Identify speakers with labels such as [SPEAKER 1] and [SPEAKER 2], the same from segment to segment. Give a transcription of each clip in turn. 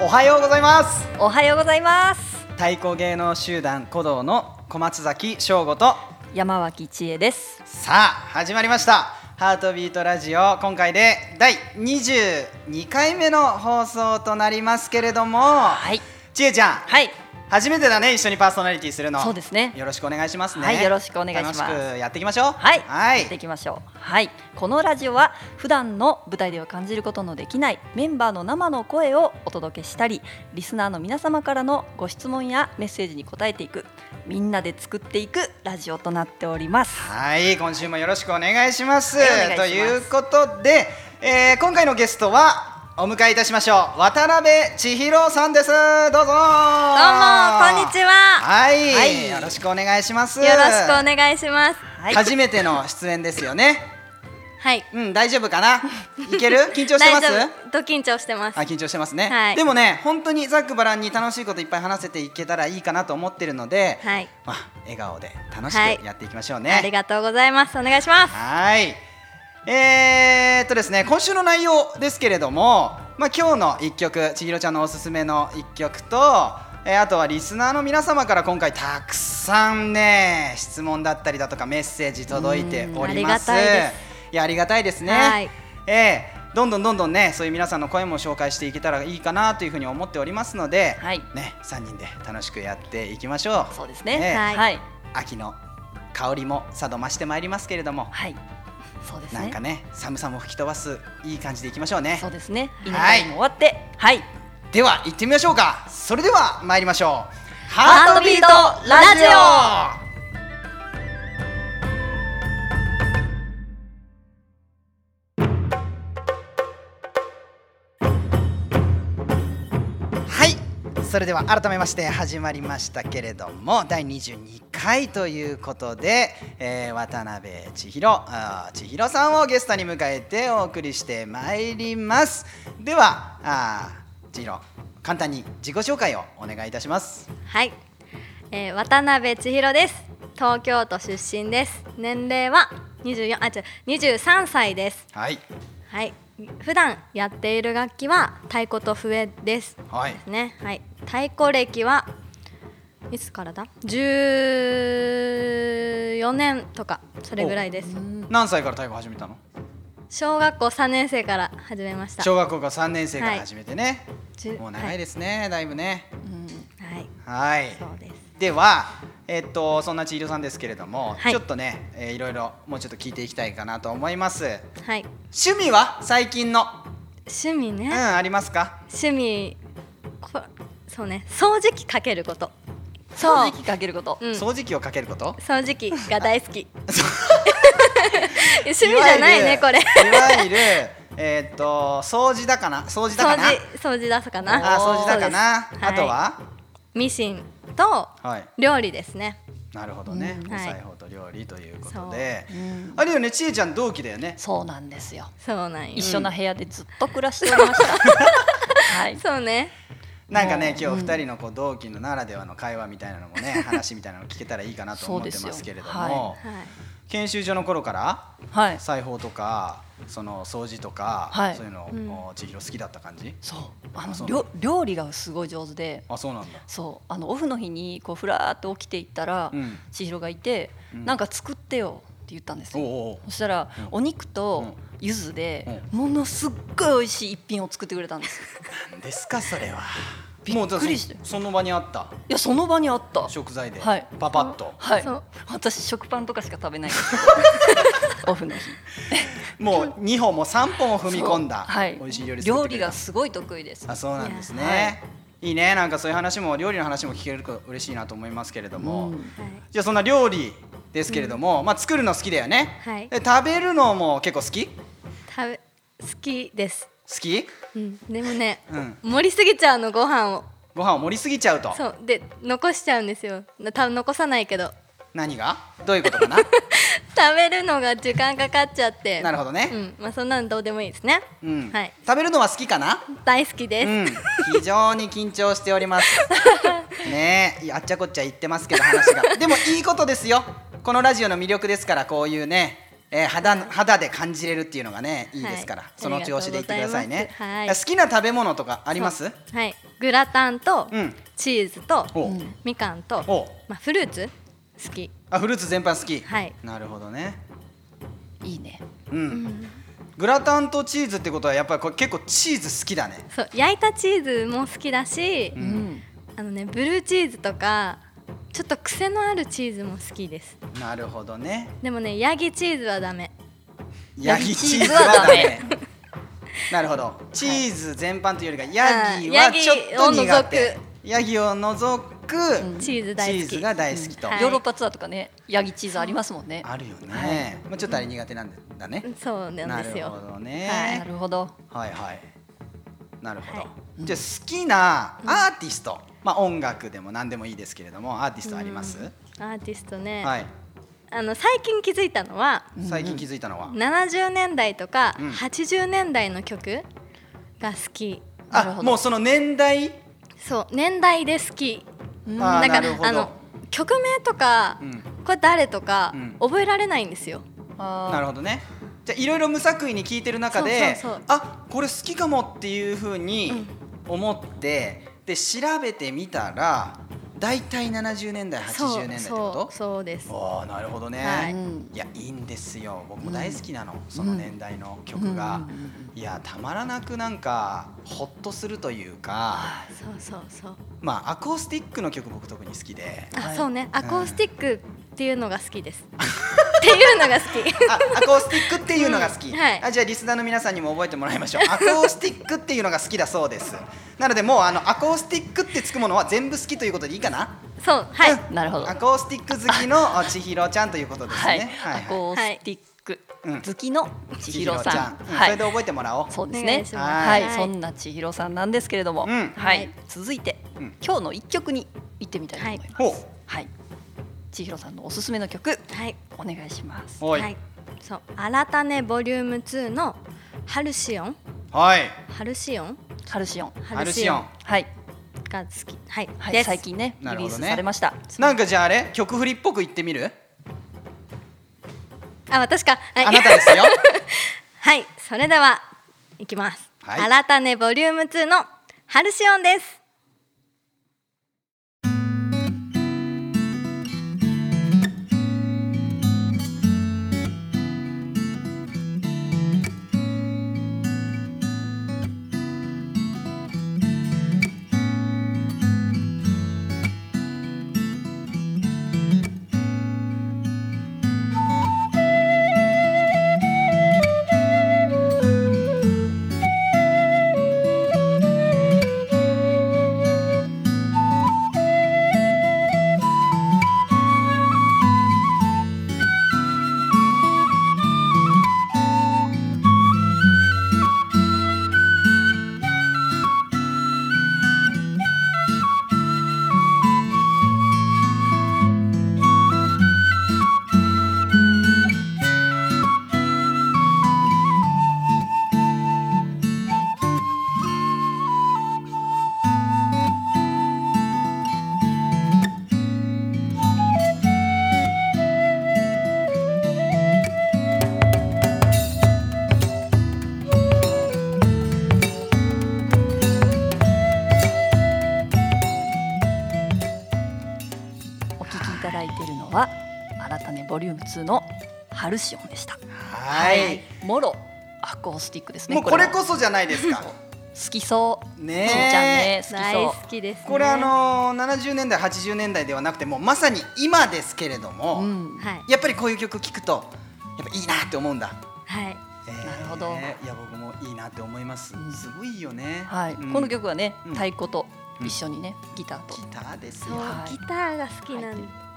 [SPEAKER 1] おはようございます
[SPEAKER 2] おはようございます
[SPEAKER 1] 太鼓芸能集団鼓動の小松崎翔吾と
[SPEAKER 2] 山脇千恵です
[SPEAKER 1] さあ始まりましたハートビートラジオ今回で第22回目の放送となりますけれども、
[SPEAKER 2] はい
[SPEAKER 1] ちえちゃん、
[SPEAKER 2] はい
[SPEAKER 1] 初めてだね一緒にパーソナリティするの
[SPEAKER 2] そうですね
[SPEAKER 1] よろしくお願いしますね
[SPEAKER 2] はいよろしくお願いします
[SPEAKER 1] 楽しくやっていきましょう
[SPEAKER 2] はい、
[SPEAKER 1] は
[SPEAKER 2] やってい
[SPEAKER 1] い
[SPEAKER 2] きましょうはいこのラジオは普段の舞台では感じることのできないメンバーの生の声をお届けしたりリスナーの皆様からのご質問やメッセージに答えていくみんなで作っていくラジオとなっております
[SPEAKER 1] はい今週もよろしくお願いします,、
[SPEAKER 2] はいお願いしま
[SPEAKER 1] とい
[SPEAKER 2] す
[SPEAKER 1] うことで、えー今回のゲストはお迎えいたしましょう渡辺千尋さんですどうぞどうもこん
[SPEAKER 3] どうもこんにちは。
[SPEAKER 1] はい、
[SPEAKER 2] はい
[SPEAKER 1] よろしくお願いします
[SPEAKER 3] よろしくお願いします。
[SPEAKER 2] はい
[SPEAKER 1] 初めての出演ですよね
[SPEAKER 3] はい。
[SPEAKER 1] うん大丈夫かないける緊張してま
[SPEAKER 3] 大
[SPEAKER 1] す
[SPEAKER 3] 丈夫ド緊張してます
[SPEAKER 1] あ。緊張してますね、
[SPEAKER 3] はい
[SPEAKER 1] でもね本当にざっくばらんに楽しいこといっぱい話せていけたらいいかなと思ってるので、
[SPEAKER 3] はい
[SPEAKER 1] まあ、笑顔で楽し
[SPEAKER 3] はい
[SPEAKER 1] くやっていきましょうね、
[SPEAKER 3] ありがとうございます。お願いします。
[SPEAKER 1] はいえー、っとですね今週の内容ですけれども、まあ、今日の一曲千尋ちゃんのおすすめの一曲と、えーあとはリスナーの皆様から今回たくさんね質問だったりだとかメッセージ届いております
[SPEAKER 3] うんありがたいです
[SPEAKER 1] いやありがたいですね、
[SPEAKER 3] はい
[SPEAKER 1] えーどんどんどんどんねそういう皆さんの声も紹介していけたらいいかなというふうに思っておりますので、
[SPEAKER 2] はい
[SPEAKER 1] ね3人で楽しくやっていきましょう
[SPEAKER 2] そうですね
[SPEAKER 1] ええ
[SPEAKER 2] はい、
[SPEAKER 3] はい
[SPEAKER 2] はい
[SPEAKER 1] 秋の香りもさど増してまいりますけれども、
[SPEAKER 2] そうですね
[SPEAKER 1] なんかね寒さも吹き飛ばすいい感じでいきましょうね
[SPEAKER 2] そうですね稲
[SPEAKER 1] はい
[SPEAKER 2] 刈りも終わってはい、
[SPEAKER 1] では行ってみましょうかそれでは参りましょうハ
[SPEAKER 2] ハートビートラジオ
[SPEAKER 1] はいそれでは改めまして始まりましたけれども第22回ということで、えー渡辺千尋あー千尋さんをゲストに迎えてお送りしてまいりますではあー千尋簡単に自己紹介をお願いいたします
[SPEAKER 3] はい。えー、渡辺千尋です。東京都出身です。年齢は24あ違う23歳です。
[SPEAKER 1] はい
[SPEAKER 3] はい。普段やっている楽器は太鼓と笛です。
[SPEAKER 1] はい
[SPEAKER 3] ですね。はい。太鼓歴はいつからだ？14年とかそれぐらいです。
[SPEAKER 1] 何歳から太鼓始めたの
[SPEAKER 3] 小学校3年生から始めました。
[SPEAKER 1] 小学校が3年生か
[SPEAKER 3] は
[SPEAKER 1] ら
[SPEAKER 3] い
[SPEAKER 1] 始めてね、
[SPEAKER 3] じゅ
[SPEAKER 1] もう長いですね、だいぶね
[SPEAKER 3] はい、はい、
[SPEAKER 1] はい
[SPEAKER 3] そうです。
[SPEAKER 1] ではえっとそんな千尋さんですけれども、
[SPEAKER 3] はい
[SPEAKER 1] ちょっとね、えーいろいろもうちょっと聞いていきたいかなと思います
[SPEAKER 3] はい、
[SPEAKER 1] 趣味は最近の
[SPEAKER 3] 趣味
[SPEAKER 1] う
[SPEAKER 3] ね
[SPEAKER 1] ん、ありますか
[SPEAKER 3] 趣味こそうね掃除機かけること
[SPEAKER 2] 掃除機かけること、
[SPEAKER 3] うん
[SPEAKER 1] 掃除機をかけること
[SPEAKER 3] 掃除機が大好き 趣味じゃないねこれ
[SPEAKER 1] いわゆるいわゆるえっと掃除だかな掃除だか
[SPEAKER 3] 掃
[SPEAKER 1] な
[SPEAKER 3] 除掃除だすかな
[SPEAKER 1] あ掃除だかな
[SPEAKER 3] そうです
[SPEAKER 1] あと
[SPEAKER 3] い
[SPEAKER 1] は
[SPEAKER 3] ミシンと
[SPEAKER 1] はい
[SPEAKER 3] 料理ですね
[SPEAKER 1] なるほどね、
[SPEAKER 3] うん
[SPEAKER 1] お
[SPEAKER 3] はい
[SPEAKER 1] 裁縫と料理ということで、
[SPEAKER 2] うん
[SPEAKER 1] あれよねちえちゃん同期だよね
[SPEAKER 2] そうなんですよ
[SPEAKER 3] そうなんよ
[SPEAKER 2] 一緒な部屋でずっと暮らしておりました。 はい。
[SPEAKER 3] そうね
[SPEAKER 1] なんかね
[SPEAKER 2] もう
[SPEAKER 1] 今日二人のこう同期のならではの会話み たいなのもね話みたいなの聞けたらいいかなと思って
[SPEAKER 2] そう
[SPEAKER 1] ま
[SPEAKER 2] ですすよ
[SPEAKER 1] けれど
[SPEAKER 2] は
[SPEAKER 1] も
[SPEAKER 3] はい
[SPEAKER 1] 研修所の頃から
[SPEAKER 2] はい。
[SPEAKER 1] 裁縫とかその掃除とか、
[SPEAKER 2] はい
[SPEAKER 1] そういうのを千尋好きだった感じ
[SPEAKER 2] そう。あ
[SPEAKER 1] あそ
[SPEAKER 2] の
[SPEAKER 1] う
[SPEAKER 2] 料料理がすごい上手で、
[SPEAKER 1] あそうなんだ
[SPEAKER 2] そう。あのオフの日にこうふらーっと起きていったら、
[SPEAKER 1] うん
[SPEAKER 2] 千尋がいて、
[SPEAKER 1] うん
[SPEAKER 2] なんか作ってよって言ったんです
[SPEAKER 1] おう
[SPEAKER 2] よ。
[SPEAKER 1] おう
[SPEAKER 2] そしたら、
[SPEAKER 1] うん
[SPEAKER 2] お肉と柚子で、ものすっごい美味しい一品を作ってくれたんです。
[SPEAKER 1] なんですかそれは
[SPEAKER 2] びっくりして
[SPEAKER 1] もうだからそその場にあった
[SPEAKER 2] いやその場にあった。
[SPEAKER 1] 食材で、
[SPEAKER 2] はい
[SPEAKER 1] パパッと
[SPEAKER 2] はい
[SPEAKER 3] そう。
[SPEAKER 2] 私食パンとかしか食べないんです。 オフの日。
[SPEAKER 1] もう二本も三本を踏み込んだ、
[SPEAKER 2] そうはい。
[SPEAKER 1] 美味しい料理作っ
[SPEAKER 2] 料
[SPEAKER 1] てく
[SPEAKER 2] 理
[SPEAKER 1] れた
[SPEAKER 2] がすごい得意です
[SPEAKER 1] あ。そうなんですね、い、いねなんかそういう話も料理の話も聞けると嬉しいなと思いますけれども、
[SPEAKER 2] うん
[SPEAKER 3] はい
[SPEAKER 1] じゃあそんな料理ですけれども、まあ作るの好きだよね、
[SPEAKER 3] はい
[SPEAKER 1] で食べるのも結構好き好
[SPEAKER 3] 食べ好きです
[SPEAKER 1] き
[SPEAKER 3] うんでもね、
[SPEAKER 1] うん
[SPEAKER 3] 盛りすぎちゃうのご飯を
[SPEAKER 1] ご飯を盛りすぎちゃうと
[SPEAKER 3] そうで残しちゃうんですよな多分残さないけど
[SPEAKER 1] 何がどういうことか な
[SPEAKER 3] 食べるのが時間かかっちゃって
[SPEAKER 1] なるほどね
[SPEAKER 3] うんまあそんなのどうでもいいですね、
[SPEAKER 1] うん、
[SPEAKER 3] はい
[SPEAKER 1] 食べるのは好きかな
[SPEAKER 3] 大好きです、
[SPEAKER 1] うん、非常に緊張しており ます。ねえ、あっ ちゃこっちゃ言ってますけど話が。でもいいことですよ。このラジオの魅力ですからこういうね、えー肌の肌で感じれるっていうのがねいいですから、
[SPEAKER 3] はい
[SPEAKER 1] その調子でいってくださいね
[SPEAKER 3] ありがとうございます
[SPEAKER 1] 好きな食べ物とかあります
[SPEAKER 3] そうはいグラタンと
[SPEAKER 1] うん
[SPEAKER 3] チーズと
[SPEAKER 1] おう、
[SPEAKER 2] うん
[SPEAKER 3] みかんと
[SPEAKER 1] おう
[SPEAKER 3] まあフルーツ好き
[SPEAKER 1] あフルーツ全般好き、
[SPEAKER 3] はい
[SPEAKER 1] なるほどね
[SPEAKER 2] いいね
[SPEAKER 1] うん、グラタンとチーズってことはやっぱりこれ結構チーズ好きだね
[SPEAKER 3] そう焼いたチーズも好きだし
[SPEAKER 1] う
[SPEAKER 2] うんん、
[SPEAKER 3] あのねブルーチーズとかちょっと癖のあるチーズも好きです
[SPEAKER 1] なるほどね
[SPEAKER 3] でもねヤギチーズはダメ
[SPEAKER 1] ヤ
[SPEAKER 2] ヤ
[SPEAKER 1] ギ
[SPEAKER 2] ギ
[SPEAKER 1] チ
[SPEAKER 2] チ
[SPEAKER 1] ー
[SPEAKER 2] ー
[SPEAKER 1] ズ
[SPEAKER 2] ズ
[SPEAKER 1] は
[SPEAKER 2] は
[SPEAKER 1] ダ
[SPEAKER 2] ダ
[SPEAKER 1] メ
[SPEAKER 2] メ。
[SPEAKER 1] なるほど。チーズ全般というよりかヤギ
[SPEAKER 3] あ
[SPEAKER 1] は
[SPEAKER 3] ーヤギ
[SPEAKER 1] ちょっと苦手
[SPEAKER 3] を除。
[SPEAKER 1] ヤギを除く
[SPEAKER 2] うん
[SPEAKER 3] チーズ大好き
[SPEAKER 1] チーズが大好きと。
[SPEAKER 3] はい
[SPEAKER 2] ヨーロッパツアーとかねヤギチーズありますもんね
[SPEAKER 1] あるよね。まあちょっとあれ苦手なんだね。
[SPEAKER 3] そうな
[SPEAKER 1] なん
[SPEAKER 3] です
[SPEAKER 1] るほ
[SPEAKER 3] よ
[SPEAKER 1] ど
[SPEAKER 2] な
[SPEAKER 1] ね。
[SPEAKER 2] るほど
[SPEAKER 1] はいはい。なるほ
[SPEAKER 3] はい
[SPEAKER 1] ど。じゃあ好きなアーティスト、まあ音楽でも何でもいいですけれども、アーティストあります？
[SPEAKER 3] アーティストね、
[SPEAKER 1] はい。
[SPEAKER 3] あの最近気づいたのは
[SPEAKER 1] 最近気づいたのは。
[SPEAKER 3] 70年代とか
[SPEAKER 1] うん
[SPEAKER 3] 80年代の曲が好き
[SPEAKER 2] なる
[SPEAKER 1] あ、
[SPEAKER 2] ほど
[SPEAKER 1] もうその年代。
[SPEAKER 3] そう年代で好き
[SPEAKER 2] うん
[SPEAKER 1] あー
[SPEAKER 3] だか
[SPEAKER 1] なる
[SPEAKER 3] ら
[SPEAKER 1] ほど
[SPEAKER 3] あの曲名とか、
[SPEAKER 1] うん
[SPEAKER 3] これ誰とか、
[SPEAKER 1] うん
[SPEAKER 3] 覚えられないんですよ
[SPEAKER 2] あー
[SPEAKER 1] なるほどね。じゃあいろいろ無作為に聞いてる中で、
[SPEAKER 3] そうそうそう
[SPEAKER 1] あこれ好きかもっていうふうに思って、で調べてみたら、だいたい70年代80年代って
[SPEAKER 3] そ
[SPEAKER 1] こ
[SPEAKER 3] うそうです
[SPEAKER 1] と？ああなるほどね。、
[SPEAKER 3] はいい
[SPEAKER 2] うん
[SPEAKER 1] やいいんですよ。僕も大好きなの、その年代の曲が。
[SPEAKER 2] うんうんうん
[SPEAKER 1] いやたまらなくなんかほっとするというか、
[SPEAKER 3] そうそうそう
[SPEAKER 1] まあアコースティックの曲僕特に好きで、
[SPEAKER 3] あ、そうねアコーステ
[SPEAKER 1] ィック、
[SPEAKER 3] ィックっていうのが好きですっていうのが好き
[SPEAKER 1] あアコースティックっていうのが好き、
[SPEAKER 3] うんはい
[SPEAKER 1] あじゃあリスナーの皆さんにも覚えてもらい ましょうアコースティックっていうのが好きだそうですなのでもうあのアコースティックってつくものは全部好きということでいいかな
[SPEAKER 3] そうはい、
[SPEAKER 1] うん
[SPEAKER 2] なるほど
[SPEAKER 1] アコースティック好きのあ千尋ちゃんということです
[SPEAKER 2] はい
[SPEAKER 1] ね、
[SPEAKER 2] アコースティッ
[SPEAKER 1] は
[SPEAKER 2] ク
[SPEAKER 1] い
[SPEAKER 2] 好きの千尋さん
[SPEAKER 1] うそ
[SPEAKER 2] は
[SPEAKER 1] れ
[SPEAKER 2] い
[SPEAKER 1] で覚えてもらおう
[SPEAKER 2] そうです
[SPEAKER 3] お願
[SPEAKER 2] ね
[SPEAKER 3] いします
[SPEAKER 2] はい
[SPEAKER 3] はい
[SPEAKER 2] そんな千尋さんなんですけれども
[SPEAKER 1] うん
[SPEAKER 2] は
[SPEAKER 3] はい
[SPEAKER 2] い続いて
[SPEAKER 1] うん
[SPEAKER 2] 今日の一曲に行ってみたいと思います
[SPEAKER 1] ほう
[SPEAKER 2] はい千尋さんのおすすめの曲
[SPEAKER 3] はい
[SPEAKER 2] お願いします
[SPEAKER 1] おい
[SPEAKER 3] はいそう改めボリューム2のハルシオン
[SPEAKER 1] はい
[SPEAKER 3] ハルシオン
[SPEAKER 2] カルシオン
[SPEAKER 1] アルシオン
[SPEAKER 2] はい
[SPEAKER 3] が好きはい、
[SPEAKER 2] は
[SPEAKER 3] で
[SPEAKER 2] い
[SPEAKER 3] す
[SPEAKER 2] 最近ね
[SPEAKER 1] な
[SPEAKER 2] リ
[SPEAKER 1] る
[SPEAKER 2] リ
[SPEAKER 1] ほ
[SPEAKER 2] ー
[SPEAKER 1] どね
[SPEAKER 2] スされました
[SPEAKER 1] なんかじゃああれ曲振りっぽく言ってみる
[SPEAKER 3] あ私かはい
[SPEAKER 1] あなたです よ
[SPEAKER 3] はい、それでは、いきます。
[SPEAKER 1] はい
[SPEAKER 3] 新たねボリューム2のハルシオンです。
[SPEAKER 2] お聴きいただいているのは改めボリューム2のハルシオンでした
[SPEAKER 1] はい
[SPEAKER 2] もろアコースティックですね
[SPEAKER 1] もうこれ
[SPEAKER 2] も
[SPEAKER 1] こそじゃないですか
[SPEAKER 2] 好きそう
[SPEAKER 1] ねえ
[SPEAKER 2] しんちゃんね好き
[SPEAKER 3] 大
[SPEAKER 2] そ
[SPEAKER 3] 好きです、ね。
[SPEAKER 1] これあ、のー、70年代80年代ではなくてもうまさに今ですけれども、
[SPEAKER 2] ううん
[SPEAKER 3] はい、
[SPEAKER 1] やっぱりこういう曲聴くとやっぱいいなって思うんだ、
[SPEAKER 3] はい、
[SPEAKER 1] えー
[SPEAKER 2] なるほど
[SPEAKER 1] いや僕もいいなって思います、
[SPEAKER 2] うん
[SPEAKER 1] すごいよね
[SPEAKER 2] はい
[SPEAKER 1] うん
[SPEAKER 2] この曲はね
[SPEAKER 1] うん
[SPEAKER 2] 太鼓と一緒にねギターと
[SPEAKER 1] ギターです
[SPEAKER 3] そう、
[SPEAKER 1] よ
[SPEAKER 2] はい
[SPEAKER 3] ギターが好きなんで、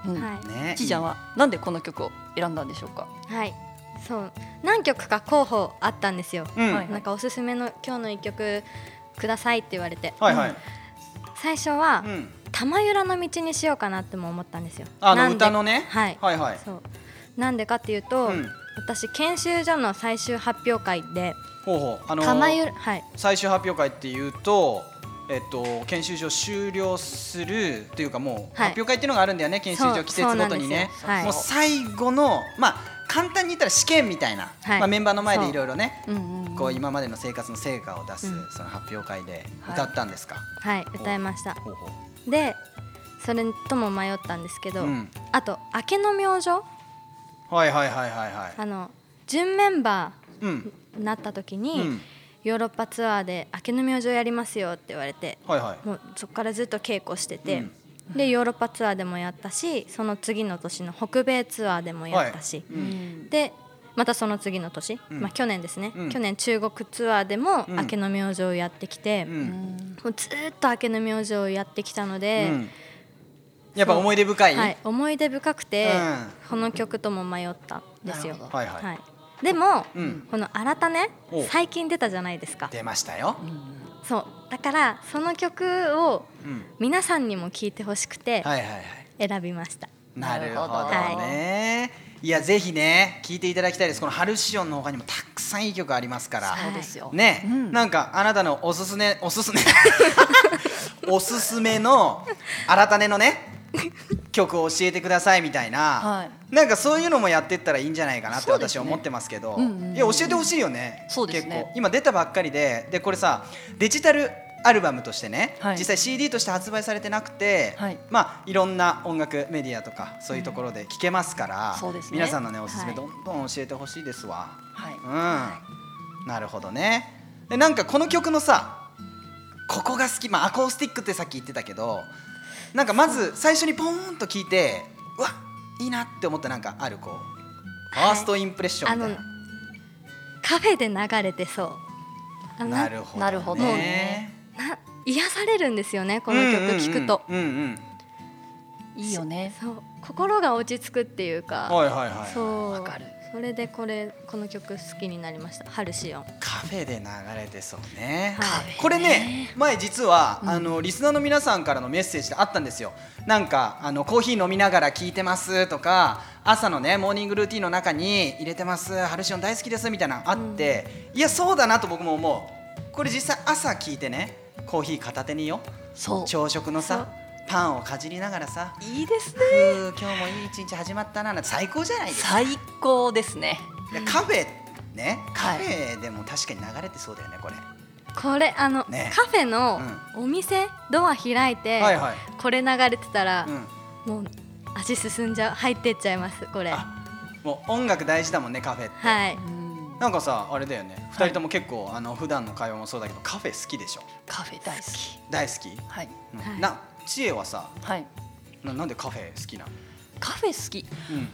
[SPEAKER 2] うん
[SPEAKER 3] は
[SPEAKER 1] ね
[SPEAKER 2] ちーちゃんはなんでこの曲を選んだんでしょうか
[SPEAKER 3] い、はい、そう、何曲か候補あったんですよ。
[SPEAKER 1] うんは
[SPEAKER 2] はいい
[SPEAKER 3] なんかおすすめの今日の一曲くださいって言われて、
[SPEAKER 1] はい、
[SPEAKER 3] 最初は、
[SPEAKER 1] うん、
[SPEAKER 3] 玉揺らの道にしようかなっても思ったんですよ。
[SPEAKER 1] あ
[SPEAKER 3] な
[SPEAKER 1] の
[SPEAKER 3] んで
[SPEAKER 1] 歌のね
[SPEAKER 3] はい、
[SPEAKER 1] はいはい
[SPEAKER 3] そう、なんでかっていうと、
[SPEAKER 1] うん
[SPEAKER 3] 私研修所の最終発表会で、
[SPEAKER 1] ほうほうあのー
[SPEAKER 3] 玉揺ら、はい。
[SPEAKER 1] 最終発表会っていうとえっと、研修所終了するというかもう
[SPEAKER 3] はい
[SPEAKER 1] 発表会っていうのがあるんだよね、研修
[SPEAKER 3] そ
[SPEAKER 1] 所
[SPEAKER 3] う
[SPEAKER 1] 季節ごとにね
[SPEAKER 3] そうなんですよはい
[SPEAKER 1] もう最後のまあ簡単に言ったら試験みたいな、
[SPEAKER 3] はい
[SPEAKER 1] まあ、メンバーの前
[SPEAKER 3] そ
[SPEAKER 1] で
[SPEAKER 3] う
[SPEAKER 1] いろいろね
[SPEAKER 2] うんうんうん
[SPEAKER 1] こう今までの生活の成果を出す
[SPEAKER 3] うん
[SPEAKER 1] その発表会で
[SPEAKER 2] はい
[SPEAKER 1] 歌ったんですか、
[SPEAKER 3] はい歌いました
[SPEAKER 1] ほうほ
[SPEAKER 3] でそれとも迷ったんですけ
[SPEAKER 1] う
[SPEAKER 3] ど、
[SPEAKER 1] うん、
[SPEAKER 3] あと明けの明星
[SPEAKER 1] はいはいはいはいはい
[SPEAKER 3] あの準メンバ
[SPEAKER 1] うん
[SPEAKER 3] ーになった時
[SPEAKER 1] う
[SPEAKER 3] に、
[SPEAKER 1] ん
[SPEAKER 3] ヨーロッパツアーで明けの明星やりますよって言われて
[SPEAKER 1] はいはい
[SPEAKER 3] もうそこからずっと稽古して
[SPEAKER 1] う
[SPEAKER 3] て
[SPEAKER 1] ん、
[SPEAKER 3] でヨーロッパツアーでもやったしその次の年の北米ツアーでもやったし、
[SPEAKER 1] う
[SPEAKER 2] うんん
[SPEAKER 3] でまたその次の年、
[SPEAKER 1] うん
[SPEAKER 3] まあ、去年ですね、
[SPEAKER 1] うん
[SPEAKER 3] 去年中国ツアーでも
[SPEAKER 1] うん
[SPEAKER 3] 明けの明星をやってきて、
[SPEAKER 1] う
[SPEAKER 3] も
[SPEAKER 1] ん
[SPEAKER 3] うずーっと明けの明星をやってきたので、
[SPEAKER 1] うんやっぱ思い出深い、
[SPEAKER 3] はい、思い出深くて、
[SPEAKER 1] うん
[SPEAKER 3] この曲とも迷ったんですよ
[SPEAKER 2] なる。ほ
[SPEAKER 1] どはいはい
[SPEAKER 3] でも、
[SPEAKER 1] うん
[SPEAKER 3] この「新ね
[SPEAKER 1] お」
[SPEAKER 3] 最近出たじゃないですか
[SPEAKER 1] 出ましたよ、
[SPEAKER 3] そうだからその曲を
[SPEAKER 1] うん、
[SPEAKER 3] 皆さんにも聴いてほしくて
[SPEAKER 1] はいはいはい
[SPEAKER 3] 選びました、
[SPEAKER 1] なるほど
[SPEAKER 2] な
[SPEAKER 3] るほど
[SPEAKER 1] ね、い、やぜひね聞いていただきたいですこの「ハルシオン」の他にもたくさんいい曲ありますから
[SPEAKER 2] そうですよ。
[SPEAKER 1] ね、
[SPEAKER 2] うん
[SPEAKER 1] なんかあなたのおすすめおすすめ おすすめの新たねのね曲を教えてくださいみたいな、
[SPEAKER 2] はい
[SPEAKER 1] なんかそういうのもやってったらいいんじゃないかなって
[SPEAKER 2] そうです
[SPEAKER 1] 私
[SPEAKER 2] ね
[SPEAKER 1] は思ってますけど
[SPEAKER 2] うんうんうん
[SPEAKER 1] いや教えてほしいよね
[SPEAKER 2] そうですね
[SPEAKER 1] 結構今出たばっかりででこれさデジタルアルバムとしてね、
[SPEAKER 2] はい
[SPEAKER 1] 実際 CD として発売されてなくて、
[SPEAKER 2] はい
[SPEAKER 1] まあいろんな音楽メディアとかそういうところで聴けますから、
[SPEAKER 2] そうですね
[SPEAKER 1] 皆さんのねおすす
[SPEAKER 3] は
[SPEAKER 1] め
[SPEAKER 3] い
[SPEAKER 1] どんどん教えてほしいですわ。
[SPEAKER 2] はい。
[SPEAKER 1] うん、なるほどねでなんかこの曲のさここが好きまあアコースティックってさっき言ってたけどなんかまず最初にポーンと聞いてうわいいなって思ったなんかあるこうファーストインプレッションみたいな、
[SPEAKER 3] あカフェで流れてそうあの
[SPEAKER 1] なるほどね
[SPEAKER 2] なるほどね
[SPEAKER 3] な癒されるんですよねこの曲聴くと、
[SPEAKER 1] うんうんうんうん
[SPEAKER 2] いいよね。
[SPEAKER 3] そう心が落ち着くっていう
[SPEAKER 1] う
[SPEAKER 3] か、
[SPEAKER 1] んはいはいはい
[SPEAKER 3] そう
[SPEAKER 2] わかる
[SPEAKER 3] それでこれこの曲好きになりました「ハルシオン
[SPEAKER 1] カフェで流れてそうね、
[SPEAKER 3] はい
[SPEAKER 1] これね前実は、あのリスナーの皆さんからのメッセージであったんですよなんかあのコーヒー飲みながら聞いてますとか朝のねモーニングルーティンの中に入れてますハルシオン大好きですみたいなのあって、いやそうだなと僕も思うこれ実際朝聞いてねコーヒー片手によ
[SPEAKER 2] そう。
[SPEAKER 1] 朝食のさパンをかじりながらさ
[SPEAKER 2] いいですね
[SPEAKER 1] 「ふ。う今日もいい一日始まったな」なんて最高じゃないですか
[SPEAKER 2] 最高ですね。
[SPEAKER 1] いやカフェねカ
[SPEAKER 2] はい
[SPEAKER 1] フェでも確かに流れてそうだよねこれ、」
[SPEAKER 3] これあの、
[SPEAKER 1] ね
[SPEAKER 3] カフェのお店、ドア開いて、
[SPEAKER 1] はいはい
[SPEAKER 3] これ流れてたら
[SPEAKER 1] う、ん
[SPEAKER 3] もう足進んじゃう入ってっちゃいますこれは
[SPEAKER 1] あもう音楽大事だもんねカフェって、
[SPEAKER 3] い
[SPEAKER 2] うん
[SPEAKER 1] なんかさあれだよね
[SPEAKER 2] は
[SPEAKER 1] 2
[SPEAKER 2] い
[SPEAKER 1] 人とも結構、あの普段の会話もそうだけどカフェ好きでしょ
[SPEAKER 2] カフェ大好き。
[SPEAKER 1] 大好き、
[SPEAKER 2] はい。
[SPEAKER 1] うん
[SPEAKER 3] はい
[SPEAKER 1] な知恵はさ
[SPEAKER 2] はい。
[SPEAKER 1] ななんでカフェ好きなの、
[SPEAKER 2] カフェ好き。
[SPEAKER 1] うん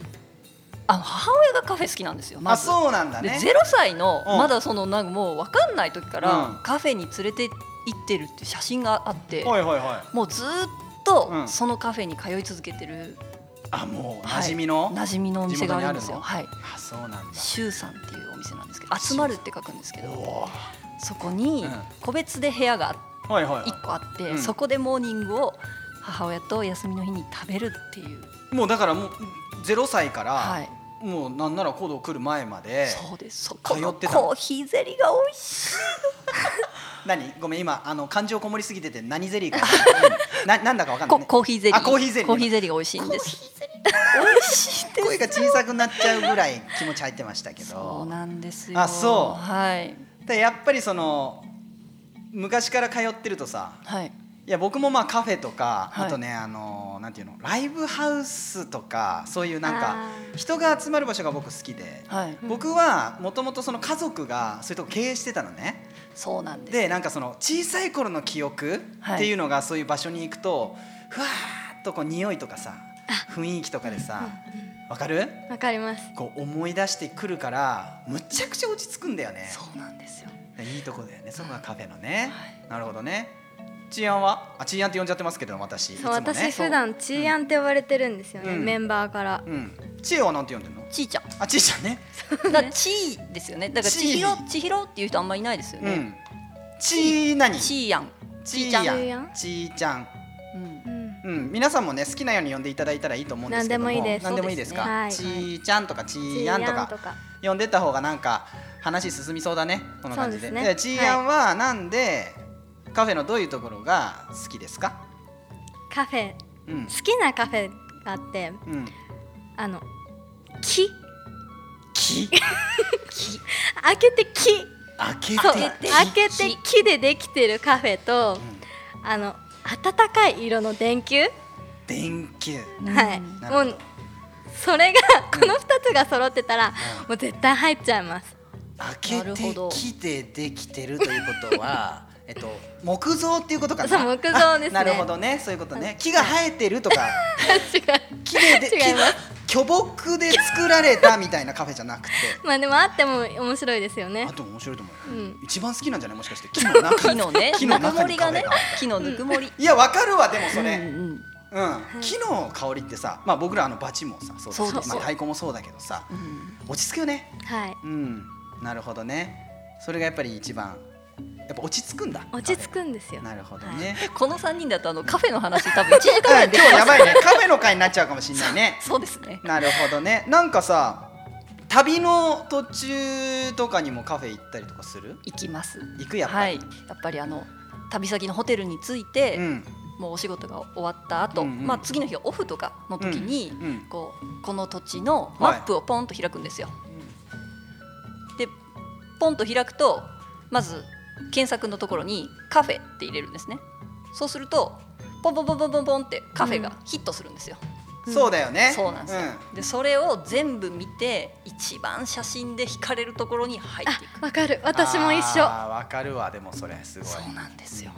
[SPEAKER 2] あの母親がカフェ好きなんですよ。ま
[SPEAKER 1] あ
[SPEAKER 2] ず
[SPEAKER 1] そうなんだ
[SPEAKER 2] で
[SPEAKER 1] ね
[SPEAKER 2] ゼロ歳の、
[SPEAKER 1] うん
[SPEAKER 2] まだそのなんかもう分かんない時
[SPEAKER 1] う
[SPEAKER 2] か
[SPEAKER 1] ん
[SPEAKER 2] ら、カフェに連れて行ってるっていう写真があって、
[SPEAKER 1] はいはいはい
[SPEAKER 2] もうずー
[SPEAKER 1] う
[SPEAKER 2] っと
[SPEAKER 1] ん
[SPEAKER 2] そのカフェに通い続けてる、
[SPEAKER 1] あもう馴染みの、
[SPEAKER 2] 馴染みのお店があるんですよ。
[SPEAKER 1] 地
[SPEAKER 2] はい。
[SPEAKER 1] あそうなんだ
[SPEAKER 2] シュウさんっていうお店なんですけど、集まるって書くんですけ
[SPEAKER 1] お
[SPEAKER 2] ど、
[SPEAKER 1] お
[SPEAKER 2] そこに
[SPEAKER 1] うん
[SPEAKER 2] 個別で部屋があって
[SPEAKER 1] はいはい、は
[SPEAKER 2] 一個あって、
[SPEAKER 1] うん
[SPEAKER 2] そこでモーニングを母親と休みの日に食べるっていう、
[SPEAKER 1] い、もうだからもう0歳から、
[SPEAKER 2] はい、
[SPEAKER 1] もうなんならコード来る前まで
[SPEAKER 2] そうですそこの
[SPEAKER 1] 通ってたの
[SPEAKER 2] コーヒーゼリーが美味しい
[SPEAKER 1] 何ごめん今あの感情こもりすぎてて何ゼリー かうんななんだかわかんな
[SPEAKER 2] コ
[SPEAKER 1] いね
[SPEAKER 2] コーヒーゼリー
[SPEAKER 1] あコーヒーゼリー
[SPEAKER 2] コーヒーゼリーが美味しいんです美味しいんです
[SPEAKER 1] 声が小さくなっちゃうぐらい気持ち入ってましたけど
[SPEAKER 2] そうなんですよ
[SPEAKER 1] あそう
[SPEAKER 2] はい
[SPEAKER 1] でやっぱりその昔から通ってるとさ
[SPEAKER 2] はい
[SPEAKER 1] いや僕もまあカフェとか、
[SPEAKER 2] はい
[SPEAKER 1] あとねあのなんていうのライブハウスとかそういうなん
[SPEAKER 3] あ
[SPEAKER 1] か人が集まる場所が僕好きで、
[SPEAKER 2] はい
[SPEAKER 1] 僕はもともとその家族がそういうとこ経営してたのね
[SPEAKER 2] そうなんです
[SPEAKER 1] でなんかその小さい頃の記憶
[SPEAKER 2] はい
[SPEAKER 1] っていうのがそういう場所に行くと、ふわーっとこう匂いとかさ雰囲気とかでさわかる
[SPEAKER 3] わかります
[SPEAKER 1] こう思い出してくるからむちゃくちゃ落ち着くんだよね
[SPEAKER 2] そうなんですよ
[SPEAKER 1] いいとこだよねそこがカフェのね、なるほどねチーアンはあチーアンって呼んじゃってますけど私いつ
[SPEAKER 3] そう
[SPEAKER 1] もね
[SPEAKER 3] 私普段チーアンって呼ばれてるんですよね、
[SPEAKER 1] うん
[SPEAKER 3] メンバーから、
[SPEAKER 1] うんチーアンはなんて呼んでるの
[SPEAKER 2] ちいちゃん
[SPEAKER 1] あチーちゃんね
[SPEAKER 2] だからちいですよねだから
[SPEAKER 1] ち
[SPEAKER 2] ち
[SPEAKER 1] い
[SPEAKER 2] ひろちひろっていう人あんまりいないですよ
[SPEAKER 1] う
[SPEAKER 2] ね、
[SPEAKER 1] んチー何
[SPEAKER 2] ちいやん
[SPEAKER 1] チー
[SPEAKER 2] ちーちゃん
[SPEAKER 1] やんチーちゃん
[SPEAKER 2] うん
[SPEAKER 3] うん
[SPEAKER 1] うん皆さんもね好きなように呼んでいただいたらいいと思うんですけども
[SPEAKER 3] 何でもいいです
[SPEAKER 1] 何でもいいですか
[SPEAKER 3] そ
[SPEAKER 1] チ
[SPEAKER 3] うですねはい
[SPEAKER 1] ーちゃんとかチ
[SPEAKER 3] チ
[SPEAKER 1] ー
[SPEAKER 3] ーア
[SPEAKER 1] やんと
[SPEAKER 3] ンと
[SPEAKER 1] か
[SPEAKER 3] か
[SPEAKER 1] 呼んでった方がなんか話進みそうだねこの感じで
[SPEAKER 3] そうですね
[SPEAKER 1] チーやんはなんでカフェのどういうところが好きですか
[SPEAKER 3] カフェ好
[SPEAKER 1] うん
[SPEAKER 3] きなカフェがあって
[SPEAKER 1] うん
[SPEAKER 3] あの木
[SPEAKER 1] 木
[SPEAKER 3] 開けて木
[SPEAKER 1] 開けて
[SPEAKER 3] そう
[SPEAKER 2] て
[SPEAKER 3] 開けて木でできてるカフェとあの暖かい色の電球
[SPEAKER 1] 電球
[SPEAKER 3] はい
[SPEAKER 1] な
[SPEAKER 3] も
[SPEAKER 1] るほど
[SPEAKER 3] うそれがこの2つが揃ってたらもう絶対入っちゃ います
[SPEAKER 1] 開
[SPEAKER 2] な
[SPEAKER 1] け
[SPEAKER 2] る
[SPEAKER 1] て
[SPEAKER 2] ほど
[SPEAKER 1] 木でできてるということ はえっと木造っていうことかな
[SPEAKER 3] そう木造ですね
[SPEAKER 1] あなるほどねそういうことね木が生えてるとか
[SPEAKER 3] 違う
[SPEAKER 1] 木でで
[SPEAKER 3] 違います
[SPEAKER 1] 木巨木で作られたみたいなカフェじゃなくて
[SPEAKER 3] まあでもあっても面白いですよね
[SPEAKER 1] あと面白いと思う、
[SPEAKER 3] うん
[SPEAKER 1] 一番好きなんじゃないもしかして木の中
[SPEAKER 2] 木のね
[SPEAKER 1] 木
[SPEAKER 2] ぬ
[SPEAKER 1] の
[SPEAKER 2] く
[SPEAKER 1] 中
[SPEAKER 2] も
[SPEAKER 1] に
[SPEAKER 2] り
[SPEAKER 1] カ
[SPEAKER 2] が
[SPEAKER 1] フェ
[SPEAKER 2] ね
[SPEAKER 1] が
[SPEAKER 2] 木のぬくもり
[SPEAKER 1] いやわかるわでもそ
[SPEAKER 2] うんう
[SPEAKER 1] れ、
[SPEAKER 2] ん
[SPEAKER 1] うん、木の香りってさ、まあ、僕らあのバチもさそうだし
[SPEAKER 2] そうそう
[SPEAKER 1] まあ、太鼓もそうだけどさ
[SPEAKER 2] うん
[SPEAKER 1] 落ち着くよね
[SPEAKER 3] はい
[SPEAKER 1] うんなるほどねそれがやっぱり一番やっぱ落ち着くんだ
[SPEAKER 3] 落ち着くんです
[SPEAKER 1] カフェ
[SPEAKER 3] よ
[SPEAKER 1] がなるほどね、
[SPEAKER 2] この三人だとあの カフェの話多分一時間ぐら
[SPEAKER 1] はいい、
[SPEAKER 2] で
[SPEAKER 1] 今日やばいねカフェの会になっちゃうかもしんない ね
[SPEAKER 2] そうですね
[SPEAKER 1] なるほどねなんかさ旅の途中とかにもカフェ行ったりとかする
[SPEAKER 2] 行きます
[SPEAKER 1] 行くやっぱり、
[SPEAKER 2] はい、やっぱりあの旅先のホテルに着いて、
[SPEAKER 1] うん
[SPEAKER 2] もうお仕事が終わった後、
[SPEAKER 1] うんうん
[SPEAKER 2] まあ次の日オフとかの時に、
[SPEAKER 1] うんうん
[SPEAKER 2] こうこの土地のマップをポンと開くんですよ。でポンと開くとまず検索のところにカフェって入れるんですね。そうするとポンポンポンポンポンポンってカフェがヒットするんですよ。
[SPEAKER 1] そうだよね
[SPEAKER 2] そうなんですよ、でそれを全部見て一番写真で惹かれるところに入っていく。
[SPEAKER 3] わかる私も一緒
[SPEAKER 1] あーわかるわでもそれすごい
[SPEAKER 2] そうなんですよ。